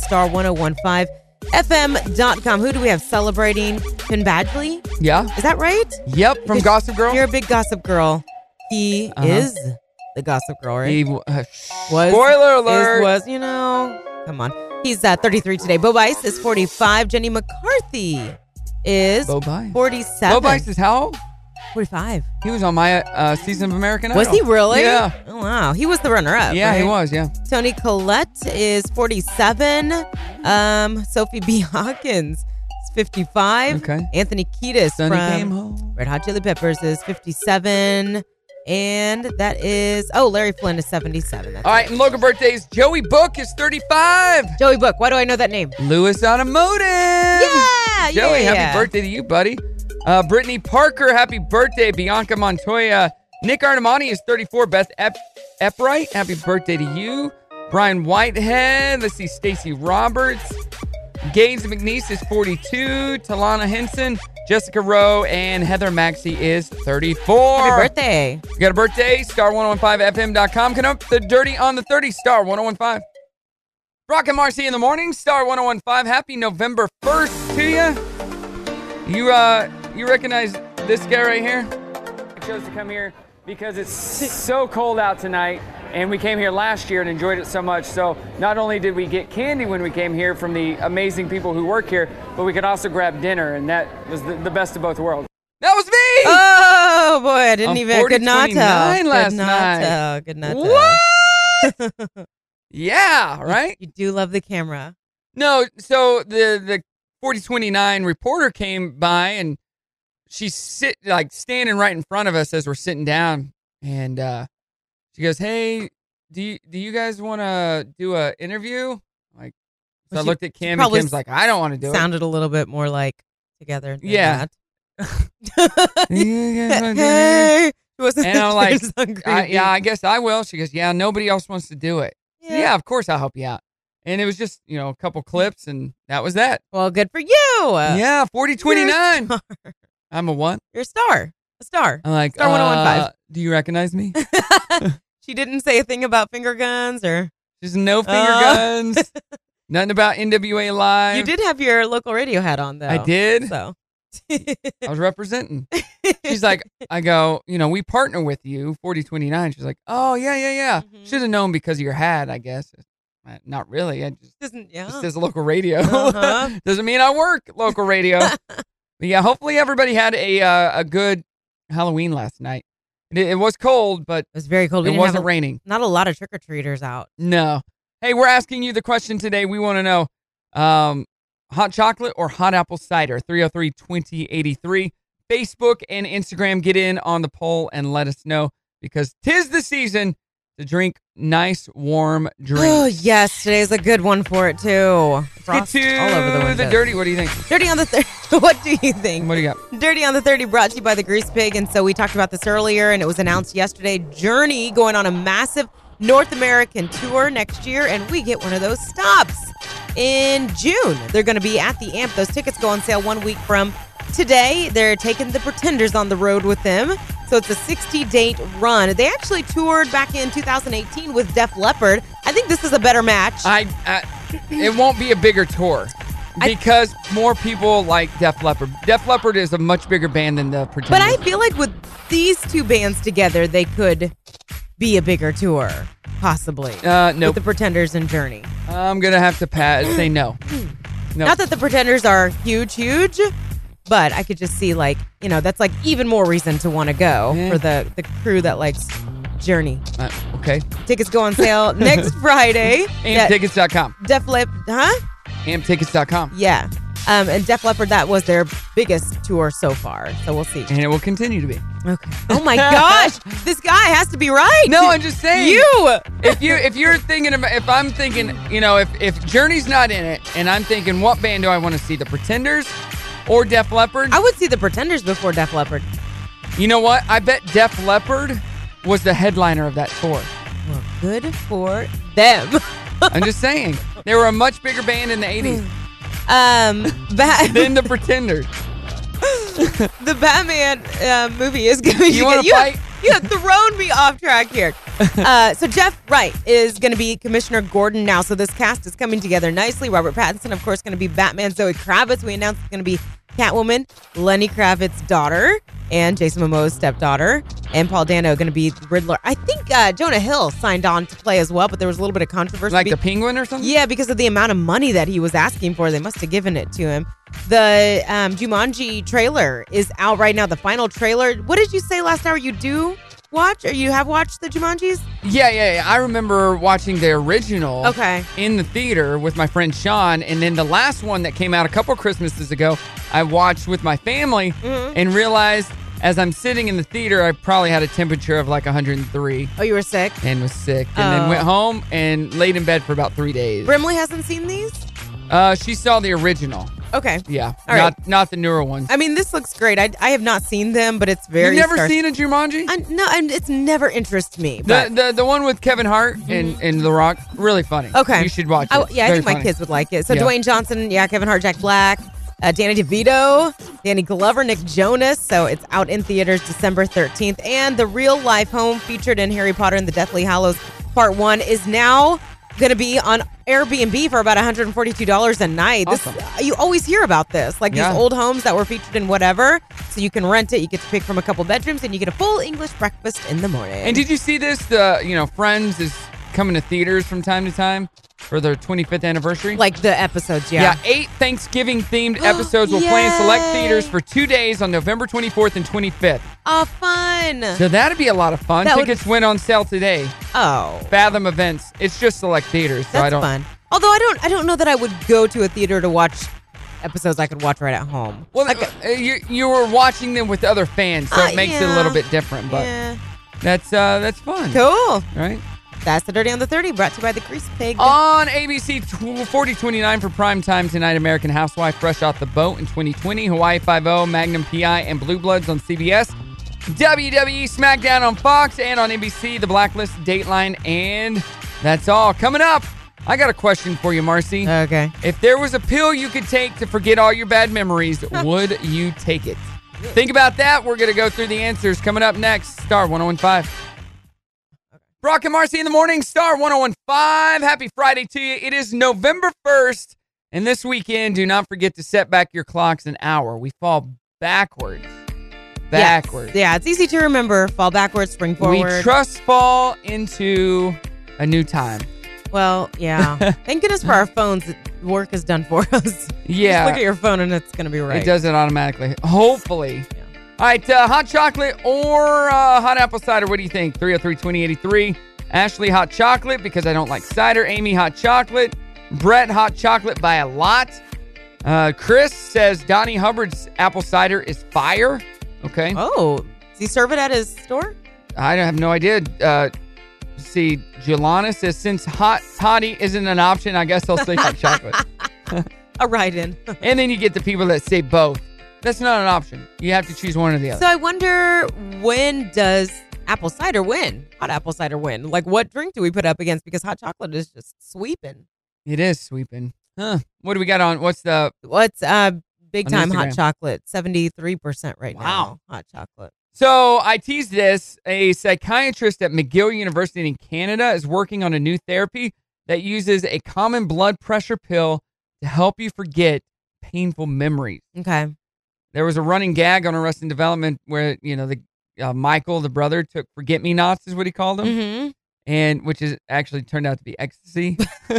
star1015fm.com. Who do we have celebrating? Finn Badgley? Yeah. Is that right? Yep. From Gossip Girl. You're a big Gossip Girl. He Uh-huh. is the Gossip Girl, right? He w- uh, was Spoiler is- alert. was you know come on he's uh, 33 today Bo Bice is 45 Jenny McCarthy is Bo Bice. 47 Bo Bice is how old? 45 He was on my uh, season of American Idol. was he really Yeah. oh, wow he was the runner up yeah, he was. Yeah. Tony Collette is 47 um Sophie B Hawkins is 55 Okay. Anthony Kiedis Sonny from came home. Red Hot Chili Peppers is 57 and that is oh Larry Flynn is 77 That's All right. And local birthdays Joey Book is 35. Joey Book why do I know that name Lewis Automotive. Yeah, Joey, yeah, happy yeah. birthday to you, buddy. Uh, Brittany Parker, happy birthday. Bianca Montoya. Nick Arnamani is 34. Beth Ep- Epright, happy birthday to you. Brian Whitehead. Let's see, Stacy Roberts. Gaines McNeese is 42. Talana Henson, Jessica Rowe, and Heather Maxey is 34. Happy birthday. You got a birthday? Star1015fm.com. Can up the dirty on the 30, Star 1015. Brock and Marcy in the morning, Star 1015. Happy November 1st to you. You uh you recognize this guy right here? I chose to come here because it's so cold out tonight, and we came here last year and enjoyed it so much. So not only did we get candy when we came here from the amazing people who work here, but we could also grab dinner, and that was the, the best of both worlds. That was me! Oh boy, I didn't I'm even. 40, Good not tell. 29 last Good not night. tell. Good not tell. Yeah, right? You do love the camera. No, so the the 4029 reporter came by and she's sit like standing right in front of us as we're sitting down and uh she goes, "Hey, do you, do you guys want to do a interview?" I'm Like so I Well, she- looked at she Kim and probably Kim's like, "I don't want to do Sounded a little bit more like together. than Yeah. that. it." hey, it wasn't and I'm like, James on I, Creepy. "Yeah, I guess I will." She goes, "Yeah, nobody else wants to do it." Yeah. Yeah. of course I'll help you out. And it was just, you know, a couple clips and that was that. Well, good for you. Uh, yeah, 4029. I'm a what? You're a star. A star. I'm like, Star 1015. uh, do you recognize me? She didn't say a thing about finger guns or. There's no finger Oh. guns. Nothing about NWA Live. You did have your local radio hat on, though. I did. So. I was representing. She's like, I go, you know, we partner with you, 4029. She's like, oh, yeah, yeah, yeah. Mm-hmm. Should have known because of your hat, I guess. Uh, Not really. I just, Doesn't, yeah. just says local radio. Oh. Uh-huh. Doesn't mean I work local radio. but yeah, hopefully everybody had a uh, a good Halloween last night. It, it was cold, but it was very cold. We It didn't have wasn't a- raining. Not a lot of trick or treaters out. No. Hey, we're asking you the question today. We want to know um, hot chocolate or hot apple cider? 303 2083. Facebook and Instagram, get in on the poll and let us know because tis the season to drink nice, warm Oh, drinks. yes. Today's a good one for it, too. Get Frost to all over the windows. dirty. What do you think? Dirty on the 30. what do you think? What do you got? Dirty on the 30 brought to you by the Grease Pig. And so we talked about this earlier, and it was announced yesterday Journey going on a massive North American tour next year, and we get one of those stops in June. They're going to be at the AMP. Those tickets go on sale one week from today. They're taking the Pretenders on the road with them. So it's a 60 date run. They actually toured back in 2018 with Def Leppard. I think this is a better match. I, I it won't be a bigger tour because more people like Def Leppard. Def Leppard is a much bigger band than the Pretenders. But I feel like with these two bands together, they could be a bigger tour, possibly. Uh, nope. With the Pretenders and Journey. I'm gonna have to pat say no. No. Not that the Pretenders are huge, huge, but I could just see like you know that's like even more reason to want to go for the the crew that likes Journey. Uh, okay. Tickets go on sale next Friday. Yeah, Amtickets.com. Def Lep, huh? Amtickets.com. Yeah. Um, and Def Leppard, that was their biggest tour so far. So we'll see. And it will continue to be. Okay. Oh my gosh, this guy has to be right. No, I'm just saying. You. If you if you're thinking about if I'm thinking, you know, if if Journey's not in it and I'm thinking what band do I want to see? The Pretenders or Def Leppard? I would see the Pretenders before Def Leppard. You know what? I bet Def Leppard was the headliner of that tour. Well, good for them. I'm just saying. They were a much bigger band in the 80s Um, Bat- than the Pretenders. the Batman uh, movie is going to You wanna you fight? Have, you have thrown me off track here. Uh, so Jeff Wright is going to be Commissioner Gordon now. So this cast is coming together nicely. Robert Pattinson, of course, going to be Batman. Zoe Kravitz, we announced, is going to be Catwoman. Lenny Kravitz's daughter and Jason Momoa's stepdaughter, and Paul Dano going to be Riddler. I think uh, Jonah Hill signed on to play as well, but there was a little bit of controversy. Like be- the Penguin or something? yeah, because of the amount of money that he was asking for, they must have given it to him. The um, Jumanji trailer is out right now. The final trailer. What did you say last hour? You do watch or you have watched the Jumanjis? Yeah, yeah, yeah. I remember watching the original Okay. in the theater with my friend Sean, and then the last one that came out a couple Christmases ago, I watched with my family Mhm. and realized as I'm sitting in the theater, I probably had a temperature of like 103 Oh, you were sick. and was sick, and then Oh. went home and laid in bed for about three days. Brimley hasn't seen these. Uh, she saw the original. Okay. Yeah. All right. not not the newer ones. I mean, this looks great. I, I have not seen them, but it's very. You've never star- seen a Jumanji? I, no, and it's never interests me. The, But the the one with Kevin Hart and, and The Rock, really funny. Mm-hmm. okay, you should watch it. I, yeah, I Very think my funny. kids would like it. So Yeah. Dwayne Johnson, yeah, Kevin Hart, Jack Black, uh, Danny DeVito, Danny Glover, Nick Jonas. So it's out in theaters December thirteenth, and the real life home featured in Harry Potter and the Deathly Hallows Part One is now going to be on Airbnb for about one hundred and forty two dollars a night. Awesome. This you always hear about this, like Yeah. these old homes that were featured in whatever. So you can rent it. You get to pick from a couple bedrooms, and you get a full English breakfast in the morning. And did you see this? The you know Friends is coming to theaters from time to time for their 25th anniversary. like the episodes, yeah. Oh, Yeah, eight Thanksgiving themed episodes will play in select Yay! theaters for two days on November 24th and 25th. Oh, fun. So that'd be a lot of fun. That would- Tickets went on sale today. Oh. Fathom Events. It's just select theaters. so That's I don't. fun. Although I don't, I don't know that I would go to a theater to watch episodes I could watch right at home. Well, uh, you you were watching them with other fans, so Uh, it makes it a yeah. little bit different. But yeah, that's uh that's fun. cool. Right. That's the dirty on the thirty, brought to you by the Grease Pig. On ABC tw- 4029 for prime time tonight, American Housewife Fresh Off the Boat in 2020, Hawaii 5 Magnum PI, and Blue Bloods on CBS, WWE E, SmackDown on Fox, and on NBC, The Blacklist, Dateline, and that's all. Coming up, I got a question for you, Marcy. Okay. If there was a pill you could take to forget all your bad memories, would you take it? Think about that. We're going to go through the answers coming up next. Star 1015. Brock and Marcy in the morning, Star 1015. Happy Friday to you. It is November 1st, and this weekend, do not forget to set back your clocks an hour. We fall backwards. Backwards. Yeah, it's easy to remember. Fall backwards, spring forward. We trust fall into a new time. Well, yeah. Thank goodness for our phones. Work is done for us. Yeah. Just look at your phone and it's gonna be right. It does it automatically. Hopefully. All right, uh, hot chocolate or uh, hot apple cider? What do you think? 303 2083. Ashley, hot chocolate because I don't like cider. Amy, hot chocolate. Brett, hot chocolate by a lot. Uh, Chris says Donnie Hubbard's apple cider is fire. Okay. Oh, does he serve it at his store? I don't have no idea. Uh, let's see, Jelana says since hot toddy isn't an option, I guess I'll say hot chocolate. A write-in. And then you get the people that say both. That's not an option. You have to choose one or the other. So I wonder when does apple cider win? Hot apple cider win? Like what drink do we put up against? Because hot chocolate is just sweeping. It is sweeping. Huh. What do we got on? What's the What's uh big On time hot Instagram. chocolate? Seventy three percent right now. Hot chocolate. So I teased this. A psychiatrist at McGill University in Canada is working on a new therapy that uses a common blood pressure pill to help you forget painful memories. Um, Okay. There was a running gag on Arrested Development where you know the uh, Michael, the brother, took forget me nots is what he called them, Mm-hmm. uh, and which is actually turned out to be ecstasy.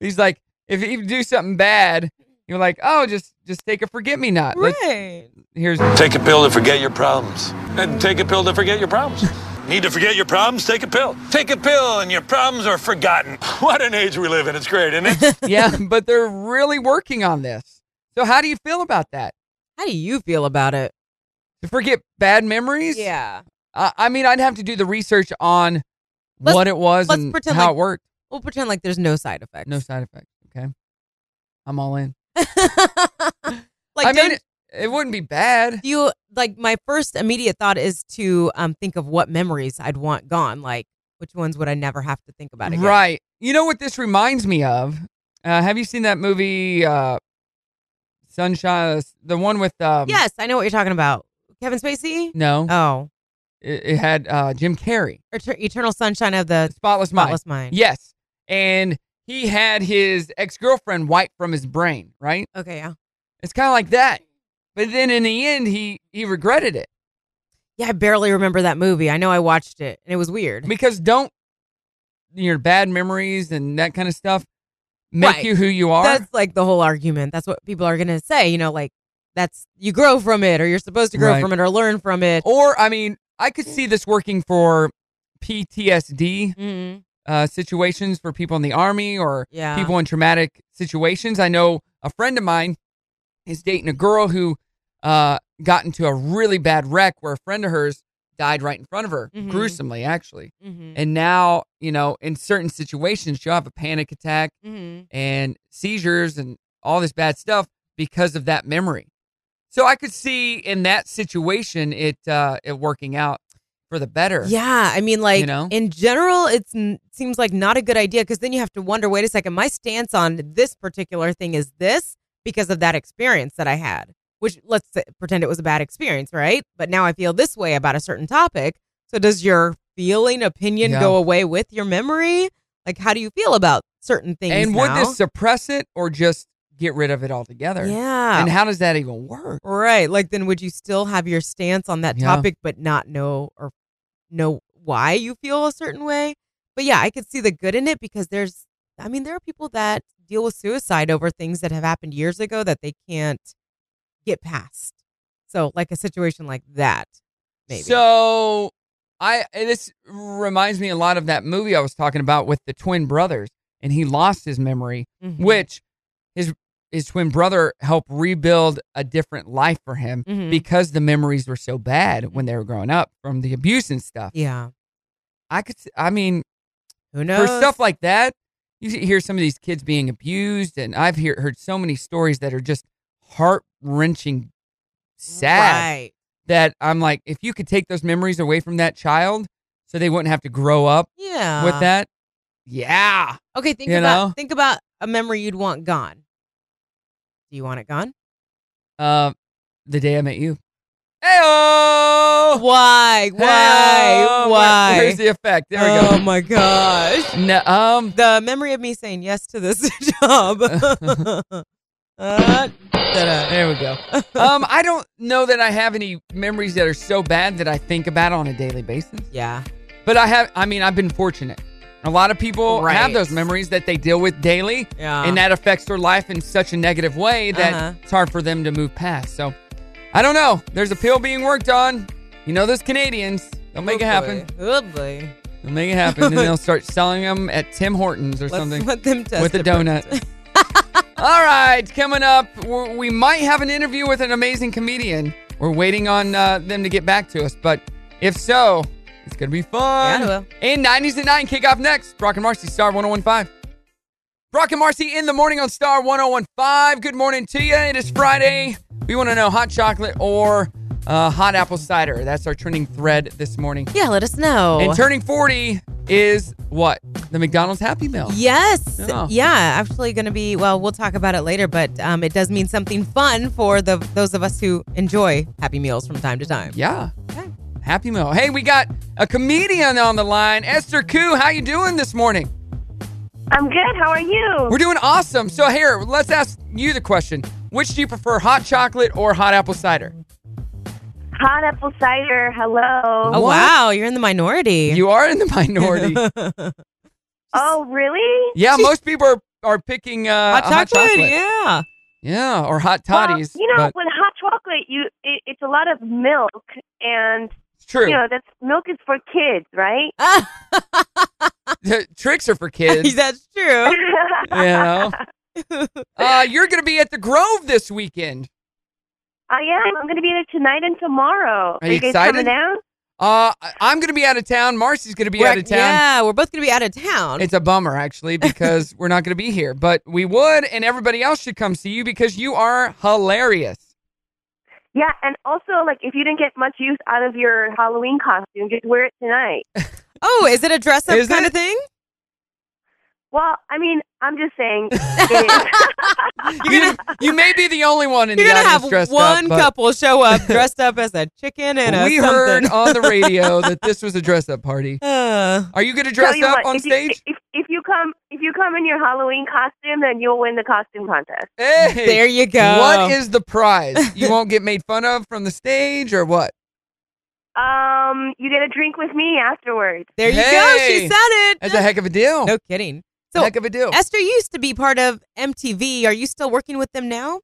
He's like, if you do something bad, you're like, oh, just just take a forget me not. Right. Here's Take a pill to forget your problems. And take a pill to forget your problems. Need to forget your problems? Take a pill. Take a pill and your problems are forgotten. What an age we live in. It's great, isn't it? yeah, but they're really working on this. So how do you feel about that? How do you feel about it? To forget bad memories? Yeah. Uh, I mean, I'd have to do the research on Let's- what it was let's and pretend how like- it worked. We'll pretend like there's no side effects. No side effects. Okay, I'm all in. Like I mean, don't- it, it wouldn't be bad. you like my first immediate thought is to um think of what memories I'd want gone. Like which ones would I never have to think about again? Right. You know what this reminds me of? Uh, have you seen that movie uh, Sunshine? The one with um, Yes, I know what you're talking about. Kevin Spacey? No. Oh. It, it had uh, Jim Carrey. Eter- Eternal Sunshine of the Spotless Mind. Spotless Mind. Yes. And he had his ex girlfriend wiped from his brain, right? Okay, yeah. It's kind of like that. But then in the end, he he regretted it Yeah, I barely remember that movie. I know I watched it and it was weird. because don't your bad memories and that kind of stuff make Right. you who you are. That's like the whole argument. That's what people are going to say, you know, like that's you grow from it or you're supposed to grow Right. from it or learn from it. or I mean, I could see this working for PTSD Mhm. uh, situations for people in the army or Yeah. people in traumatic situations. I know a friend of mine is dating a girl who uh, got into a really bad wreck where a friend of hers died right in front of her, Mhm. gruesomely actually. Mhm. And now, you know, in certain situations, she'll have a panic attack Mhm. and seizures and all this bad stuff because of that memory. So I could see in that situation it uh, it working out for the better. Yeah, I mean, like You know? in general, it seems like not a good idea because then you have to wonder. Wait a second, my stance on this particular thing is this because of that experience that I had, which let's say, pretend it was a bad experience, right? But now I feel this way about a certain topic. So does your feeling opinion Yeah. go away with your memory? Like, how do you feel about certain things? And would now? this suppress it or just get rid of it altogether? Yeah. And how does that even work? Right. Like then would you still have your stance on that Yeah. topic but not know or know why you feel a certain way? But yeah, I could see the good in it because there's I mean, there are people that deal with suicide over things that have happened years ago that they can't get past. So like a situation like that, maybe. So I and this reminds me a lot of that movie I was talking about with the twin brothers, and he lost his memory, Mhm. Mm-hmm. which his his twin brother helped rebuild a different life for him Mm-hmm. Mhm. because the memories were so bad when they were growing up from the abuse and stuff. Yeah. I could. s- I mean, who for knows? stuff like that? You hear some of these kids being abused, and I've hear, heard so many stories that are just heart wrenching, sad. Right. That I'm like, if you could take those memories away from that child, so they wouldn't have to grow up Yeah. with that. Yeah. Okay, think You about know? think about a memory you'd want gone. Do you want it gone? Uh, the day I met you. Heyo! Why? Why? Heyo! Why? Where's the effect? There we go. Oh my gosh. No, um, the memory of me saying yes to this job. Uh, there we go. Um, I don't know that I have any memories that are so bad that I think about on a daily basis. yeah. But I have, I mean, I've been fortunate. A lot of people Right. have those memories that they deal with daily, Yeah. and that affects their life in such a negative way that Ah. Uh-huh. it's hard for them to move past. So, I don't know. There's a pill being worked on. You know those Canadians. They'll make it happen. Hopefully. They'll make it happen, and they'll start selling them at Tim Hortons or Let's something let them test with a it donut. All right, coming up, we're- we might have an interview with an amazing comedian. We're waiting on uh, them to get back to us, but if so, it's gonna be fun. Yeah, it will. And 90s at 9 kickoff next. Brock and Marcy, Star 1015. Brock and Marcy in the morning on Star 1015. Good morning to you. It is Friday. We want to know hot chocolate or uh, hot apple cider. That's our trending thread this morning. Yeah, let us know. And turning 40 is what? The McDonald's Happy Meal. Yes. Yeah. Yeah. actually going to be well, we'll talk about it later, but um it does mean something fun for the those of us who enjoy happy meals from time to time. Yeah. Happy Meal. Hey, we got a comedian on the line. Esther Koo, how you doing this morning? I'm good. How are you? We're doing awesome. So here, let's ask you the question. Which do you prefer, hot chocolate or hot apple cider? Hot apple cider. Hello. Oh wow, you're in the minority. You are in the minority. Oh, really? yeah, most people are, are picking uh, Hot a hot chocolate, chocolate. yeah. Yeah, or hot Well, toddies. you know, but with hot chocolate, you it, it's a lot of milk, and it's true. Ah. you know that's milk is for kids, right? Tricks are for kids. That's true. you know? uh, you're going to be at the Grove this weekend. I am. I'm going to be there tonight and tomorrow. Are you guys excited? coming out? Uh, I- I'm going to be out of town. Marcy's going to be We're- out of town. Yeah, we're both going to be out of town. It's a bummer, actually, because we're not going to be here, but we would, and everybody else should come see you because you are hilarious. Yeah, and also like if you didn't get much use out of your Halloween costume, just wear it tonight. oh, is it a dress up Is kind it? of thing? Well, I mean, I'm just saying. it You, you may be the only one in You're the gonna audience have dressed one up, but couple show up dressed up as a chicken and a We something. heard on the radio that this was a dress-up party. Uh, Are you going to is. Tell dress you up what, on if you- stage? if, if you come, if you come in your Halloween costume, then you'll win the costume contest. Hey, there you go. What is the prize? You won't get made fun of from the stage, or what? Um, you get a drink with me afterwards. there you go. She Hey. said it. That's a heck of a deal. no kidding. So heck of a deal. Esther you used to be part of MTV. Are you still working with them now?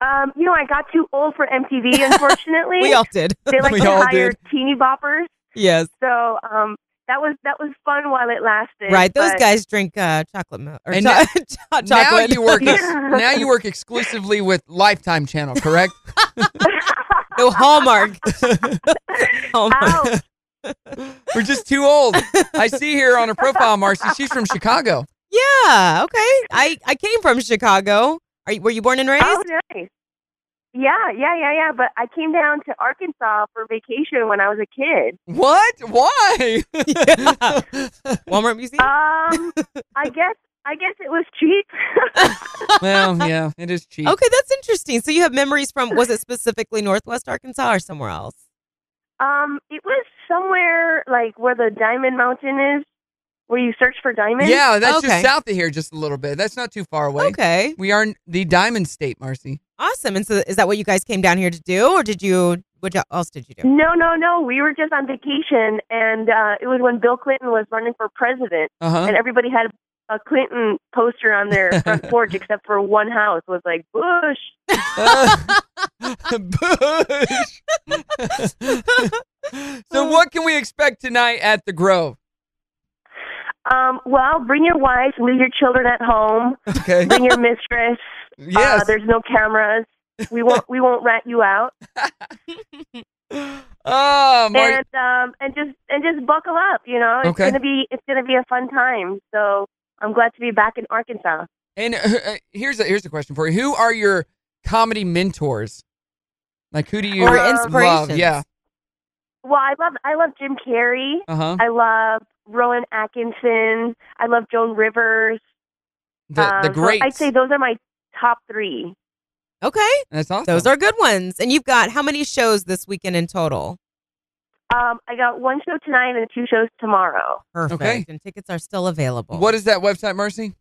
Um, you know, I got too old for MTV, unfortunately. We all did. they like We to all hire did. teeny boppers, Yes. so um, that was that was fun while it lasted. Right. Those but- guys drink uh, chocolate milk or And cho- now- cho- chocolate. Now you work. ex- Yeah. now you work exclusively with Lifetime Channel, correct? no Hallmark. Ouch. Hallmark. We're just too old. I see here on her profile, Marcy. She's from Chicago. Yeah. Okay. I I came from Chicago. Are you, were you born and raised? Oh, nice. Yeah, yeah, yeah, yeah. But I came down to Arkansas for vacation when I was a kid. What? Why? Walmart Museum? Um, I guess I guess it was cheap. well, yeah, it is cheap. Okay, that's interesting. So you have memories from was it specifically Northwest Arkansas or somewhere else? Um, it was somewhere like where the Diamond Mountain is, where you search for diamonds. Yeah, that's just south of here, just a little bit. That's not too far away. Okay. We are in the Diamond State, Marcy. Awesome. And so is that what you guys came down here to do, or did you? What else did Mm. you do? No, no, no. We were just on vacation, and uh, it was when Bill Clinton was running for president, Uh-huh. and everybody had a Clinton poster on their front porch, except for one house was like Bush. Bush. so, what can we expect tonight at the Grove? Um, well, bring your wife, leave your children at home. Okay. Bring your mistress. Yes. Uh, there's no cameras. We won't we won't rat you out. Oh, Mar- and um and just and just buckle up, you know. It's Okay. gonna be it's gonna be a fun time. So I'm glad to be back in Arkansas. and uh, uh, here's a, here's a question for you: Who are your comedy mentors? Like, who do you Or love? inspirations. Yeah. Well, I love I love Jim Carrey. Uh-huh. I love Rowan Atkinson. I love Joan Rivers. Um, The- the so greats. I'd say those are my top three. Okay, that's awesome. Those are good ones. And you've got how many shows this weekend in total? Um, I got one show tonight and two shows tomorrow. Perfect. And tickets are still available. What is that website, Mercy?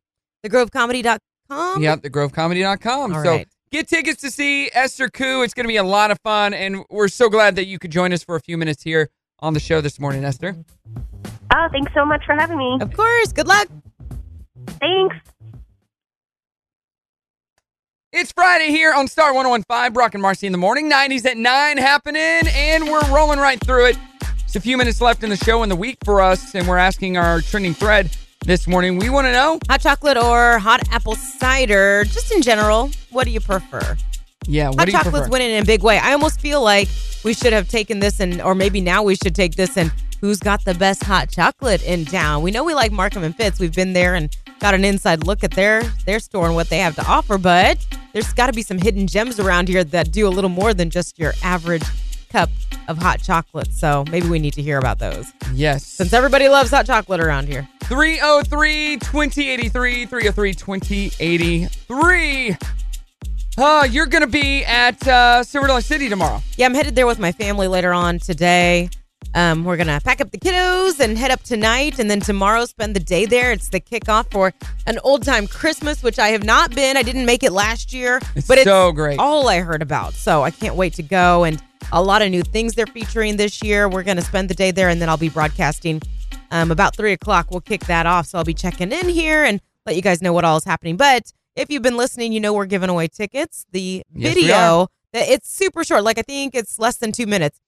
TheGroveComedy.com. Um, Yeah, thegrovecomedy.com. All so right. get tickets to see Esther Koo. It's going to be a lot of fun, and we're so glad that you could join us for a few minutes here on the show this morning, Esther. Oh, thanks so much for having me. Of course. Good luck. Thanks. It's Friday here on Star 1015, Brock and Marcy in the morning. 90s at 9 happening, and we're rolling right through it. It's a few minutes left in the show and the week for us, and we're asking our trending thread this morning. We want to know Hot chocolate or hot apple cider? Just in general, what do you prefer? Yeah, what hot do you chocolate's prefer? winning in a big way. I almost feel like we should have taken this, and or maybe now we should take this and who's got the best hot chocolate in town. We know we like Markham and Fitz. We've been there and got an inside look at their their store and what they have to offer. But there's got to be some hidden gems around here that do a little more than just your average cup of hot chocolate. So maybe we need to hear about those. Yes. Since everybody loves hot chocolate around here. 303 2083 303 2083. Uh, you're going to be at uh, Silver Dollar City tomorrow. Yeah, I'm headed there with my family later on today. Um, we're gonna pack up the kiddos and head up tonight, and then tomorrow spend the day there. It's the kickoff for an old time Christmas, which I have not been. I didn't make it last year, It's but it's so great. All I heard about, so I can't wait to go. And a lot of new things they're featuring this year. We're gonna spend the day there, and then I'll be broadcasting um, about three o'clock. We'll kick that off, so I'll be checking in here and let you guys know what all is happening. But if you've been listening, you know we're giving away tickets. The Yes, we video are. that- It's super short. Like I think it's less than two minutes,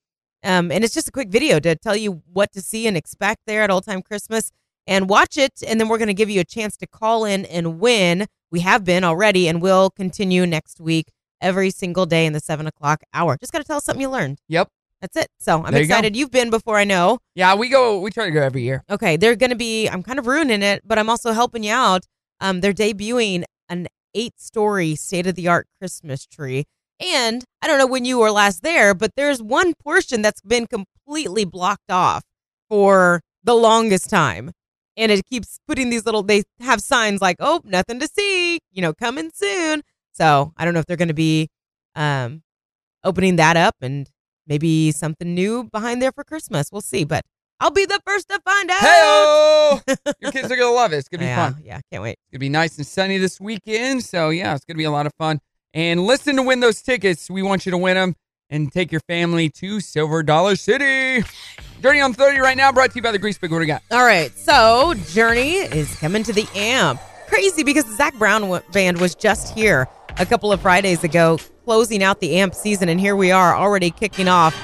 um, and it's just a quick video to tell you what to see and expect there at Old Time Christmas. And watch it, and then we're going to give you a chance to call in and win. We have been already, and we'll continue next week every single day in the seven o'clock hour. Just got to tell us something you learned. Yep. That's it. So I'm There you go. excited. You've been before I know. Yeah, we go, we try to go every year. Okay, they're going to be. I'm kind of ruining it, but I'm also helping you out. Um, they're debuting an eight-story state-of-the-art Christmas tree, and I don't know when you were last there, but there's one portion that's been completely blocked off for the longest time, and it keeps putting these little. They have signs like, "Oh, nothing to see," you know, coming soon. So I don't know if they're going to be um, opening that up and maybe something new behind there for Christmas. We'll see, but I'll be the first to find out. Hey, your kids are going to love it. It's going to be Yeah, fun. Yeah, can't wait. It's going to be nice and sunny this weekend. So, yeah, it's going to be a lot of fun. And listen to win those tickets. We want you to win them and take your family to Silver Dollar City. Journey on 30 right now, brought to you by the Grease Pig. What do we got? All right, so Journey is coming to the amp. Crazy because the Zach Brown w- band was just here a couple of Fridays ago, closing out the amp season, and here we are already kicking off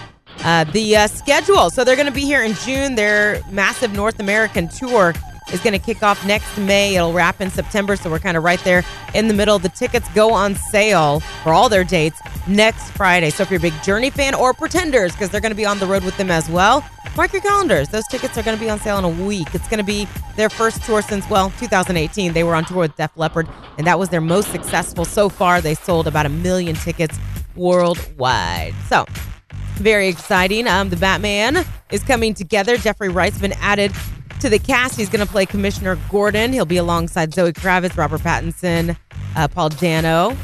uh, the uh, schedule. So they're going to be here in June. Their massive North American tour is going to kick off next May. It'll wrap in September, so we're kind of right there in the middle. The tickets go on sale for all their dates next Friday. So if you're a big Journey fan or Pretenders, because they're going to be on the road with them as well, mark your calendars. Those tickets are going to be on sale in a week. It's going to be their first tour since, well, 2018. They were on tour with Def Leppard, and that was their most successful so far. They sold about a million tickets worldwide. So very exciting. Um, the Batman is coming together. Jeffrey Wright's been added to the cast. He's going to play Commissioner Gordon. He'll be alongside Zoe Kravitz, Robert Pattinson, uh, Paul Dano.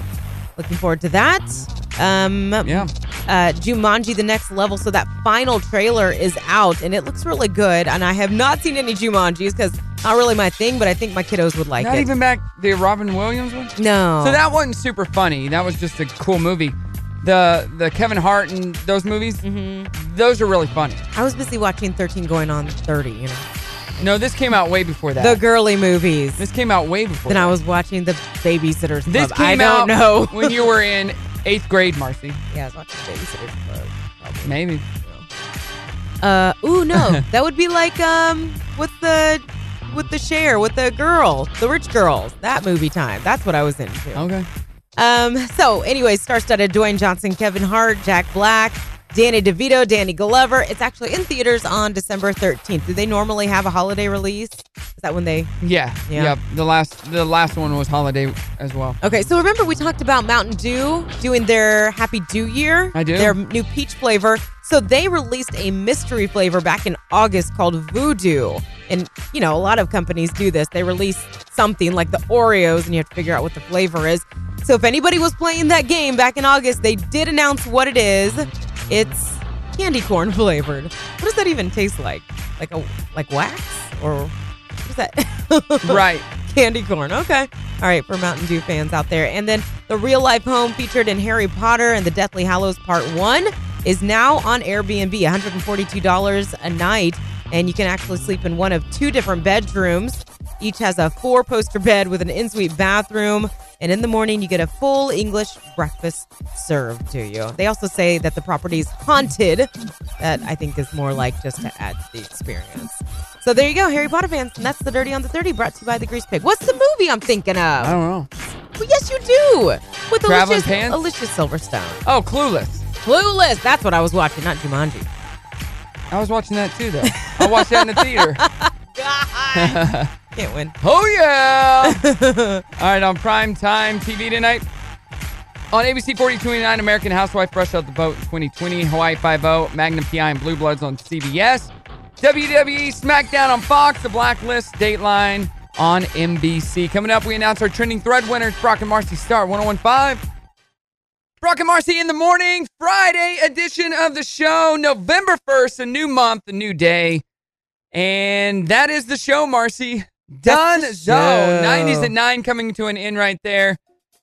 Looking forward to that. Um, yeah. Uh, Jumanji: The Next Level. So that final trailer is out, and it looks really good. And I have not seen any Jumanjis because not really my thing, but I think my kiddos would like Not it. even back the Robin Williams one. No. So that wasn't super funny. That was just a cool movie. The the Kevin Hart and those movies, Mm-hmm. those are really funny. I was busy watching 13 going on 30. You know. No, this came out way before that. The girly movies. This came out way before. Then I was watching the Babysitters Club. This I came don't out know when you were in eighth grade, Marcy. Yeah, I was watching Babysitters Club. Maybe. Uh, ooh, no, that would be like um with the with the share with the girl, the rich girls. That movie time. That's what I was into. Okay. Um. So, anyway, star-studded Dwayne Johnson, Kevin Hart, Jack Black, Danny DeVito, Danny Glover. It's actually in theaters on December 13th. Do they normally have a holiday release? Is that when they? Yeah. Yeah. Yep. The last the last one was Holiday as well. Okay, so remember we talked about Mountain Dew doing their Happy Dew Year? I do. Their new peach flavor. So they released a mystery flavor back in August called Voodoo. And, you know, a lot of companies do this. They release something like the Oreos and you have to figure out what the flavor is. So if anybody was playing that game back in August, they did announce what it is. It's candy corn flavored. What does that even taste like? Like a like wax or what is that? right. Candy corn. Okay. All right, for Mountain Dew fans out there. And then the real life home featured in Harry Potter and the Deathly Hallows Part 1 is now on Airbnb, $142 a night. And you can actually sleep in one of two different bedrooms. Each has a four poster bed with an in suite bathroom. And in the morning, you get a full English breakfast served to you. They also say that the property is haunted. That I think is more like just to add to the experience. So there you go, Harry Potter fans. And that's the Dirty on the 30 brought to you by the Grease Pig. What's the movie I'm thinking of? I don't know. Well, yes, you do. With Traveling Alicia, Pants? Alicia Silverstone. Oh, Clueless. Clueless. That's what I was watching, not Jumanji. I was watching that too, though. I watched that in the theater. Can't win. Oh yeah! All right, on prime time TV tonight on ABC 4029, American Housewife Fresh Out the Boat 2020, Hawaii Five-O, Magnum PI, and Blue Bloods on CBS, WWE E SmackDown on Fox, The Blacklist, Dateline on NBC. Coming up, we announce our trending thread winners: Brock and Marcy Star 1015. Brock and Marcy in the morning, Friday edition of the show, November 1st, a new month, a new day. And that is the show, Marcy. Done. So, 90s at 9 coming to an end right there.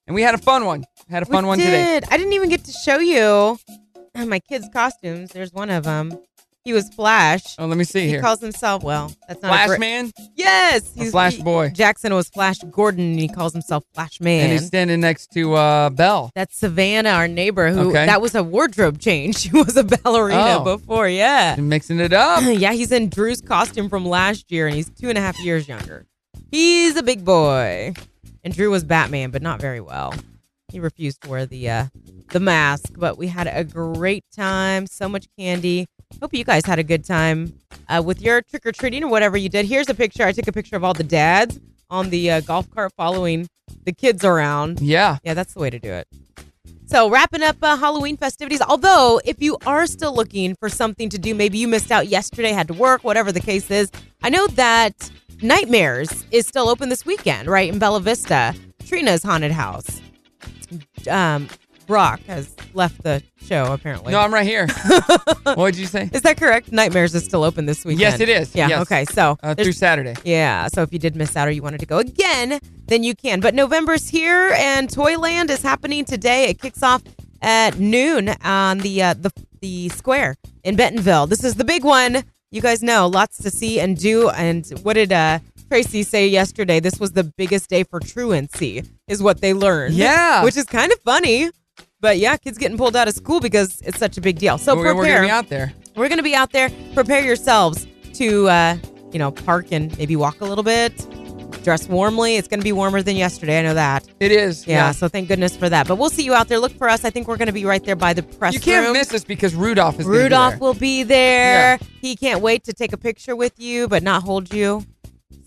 And we had a fun one. Had a fun one today. did. I didn't even get to show you uh, my kids' costumes. There's one of them. He was Flash. Oh, let me see he here. calls himself, well, that's not Flash a Brit- Man? Yes. Or Flash he- Boy? Jackson was Flash Gordon, and he calls himself Flash Man. And he's standing next to uh, Bell. That's Savannah, our neighbor, who Okay. that was a wardrobe change. She was a ballerina Oh. before, yeah. mixing it up. yeah, he's in Drew's costume from last year, and he's two and a half years younger. He's a big boy, and Drew was Batman, but not very well. He refused to wear the uh, the mask, but we had a great time. So much candy. Hope you guys had a good time uh, with your trick or treating or whatever you did. Here's a picture. I took a picture of all the dads on the uh, golf cart following the kids around. Yeah. Yeah, that's the way to do it. So, wrapping up uh, Halloween festivities. Although, if you are still looking for something to do, maybe you missed out yesterday, had to work, whatever the case is. I know that Nightmares is still open this weekend, right? In Bella Vista, Trina's haunted house. Um, Brock has left the show, apparently. No, I'm right here. What'd you say? Is that correct? Nightmares is still open this weekend. Yes, it is. Yeah. Yes. Okay. So Uh, there's- through Saturday. Yeah. So if you did miss out or you wanted to go again, then you can. But November's here, and Toyland is happening today. It kicks off at noon on the uh, the the square in Bentonville. This is the big one. You guys know lots to see and do. And what did uh, Tracy say yesterday? This was the biggest day for truancy, is what they learned. Yeah. which is kind of funny. But yeah, kids getting pulled out of school because it's such a big deal. So we're, prepare. we're going to be out there. We're going to be out there. Prepare yourselves to, uh, you know, park and maybe walk a little bit. Dress warmly. It's going to be warmer than yesterday. I know that. It is. Yeah, yeah. So thank goodness for that. But we'll see you out there. Look for us. I think we're going to be right there by the press You can't room. miss us because Rudolph is gonna be Rudolph there. will be there. He can't wait to take a picture with you, but not hold you.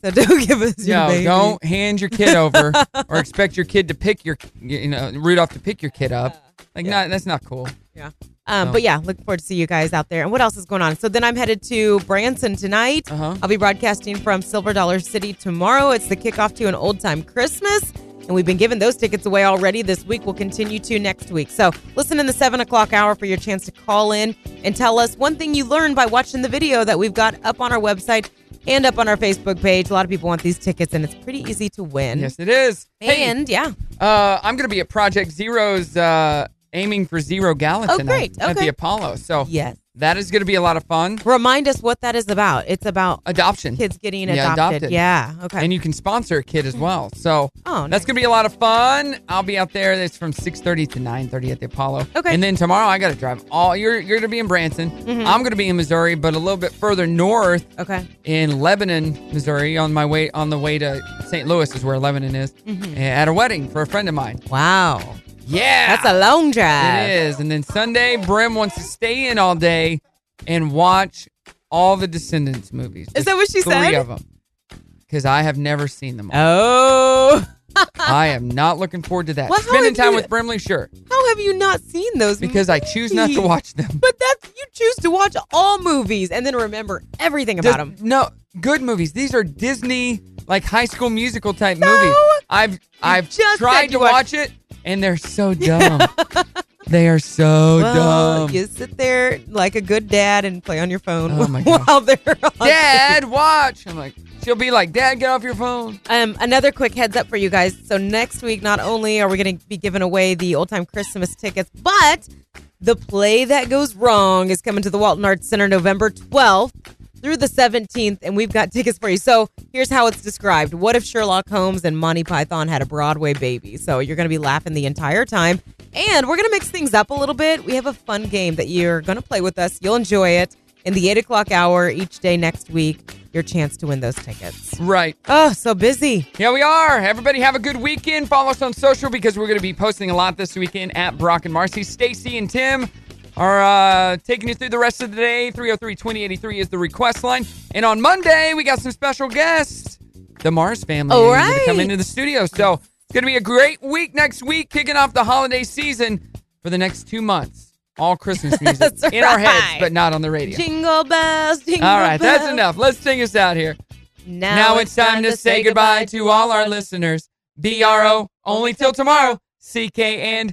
So don't give us your No, baby. don't hand your kid over or expect your kid to pick your, you know, Rudolph to pick your kid up. Like, no, that's not cool. Yeah. Um, No. But yeah, look forward to see you guys out there. And what else is going on? So then I'm headed to Branson tonight. Uh-huh. I'll be broadcasting from Silver Dollar City tomorrow. It's the kickoff to an old time Christmas. And we've been giving those tickets away already this week. We'll continue to next week. So listen in the seven o'clock hour for your chance to call in and tell us one thing you learned by watching the video that we've got up on our website and up on our Facebook page. A lot of people want these tickets, and it's pretty easy to win. Yes, it is. And yeah. Uh, I'm going to be at Project Zero's uh, aiming for zero gala Oh, tonight great. at Okay. the Apollo. So Yes. that is going to be a lot of fun. Remind us what that is about. It's about adoption. Kids getting Yeah, adopted. Yeah. Okay. And you can sponsor a kid as well. So Oh, that's going to be a lot of fun. I'll be out there. It's from 6:30 to 9:30 at the Apollo. Okay. And then tomorrow I got to drive all you're you're going to be in Branson. Mhm. I'm going to be in Missouri, but a little bit further north Okay. in Lebanon, Missouri on my way on the way to St. Louis is where Lebanon is Mhm. at a wedding for a friend of mine. Wow. Yeah. That's a long drive. It is. And then Sunday, Brim wants to stay in all day and watch all the Descendants movies. Is that what she three said? Three of them. Because I have never seen them all. Oh. I am not looking forward to that. Well, how Spending have time you- with Brimley, sure. How have you not seen those? Because I choose not to watch them. But that's you choose to watch all movies and then remember everything about them. Does- No, good movies. These are Disney, like High School Musical type movies. I've I've just said tried you to watched- watch it, and they're so dumb. they are so Well, dumb. You sit there like a good dad and play on your phone Oh, my while they're on. Dad, watch. I'm like, she'll be like, Dad, get off your phone. Um, another quick heads up for you guys. So next week, not only are we going to be giving away the old time Christmas tickets, but the play that goes wrong is coming to the Walton Arts Center November 12th through the 17th, and we've got tickets for you. So here's how it's described: What if Sherlock Holmes and Monty Python had a Broadway baby? So you're going to be laughing the entire time, and we're going to mix things up a little bit. We have a fun game that you're going to play with us. You'll enjoy it. In the eight o'clock hour each day next week, your chance to win those tickets. Right. Oh, so busy. Yeah, we are. Everybody have a good weekend. Follow us on social because we're going to be posting a lot this weekend at Brock and Marcy. Stacy and Tim are uh, taking you through the rest of the day. 303-2083 is the request line. And on Monday, we got some special guests. The Mars family All are gonna come right. into the studio. So it's going to be a great week next week, kicking off the holiday season for the next two months. All Christmas music That's in our heads, right. but not on the radio. Jingle bells, jingle All right, bells. that's enough. Let's sing us out here. Now, Now it's time to say goodbye to all our listeners. BRO, only till tomorrow. CK and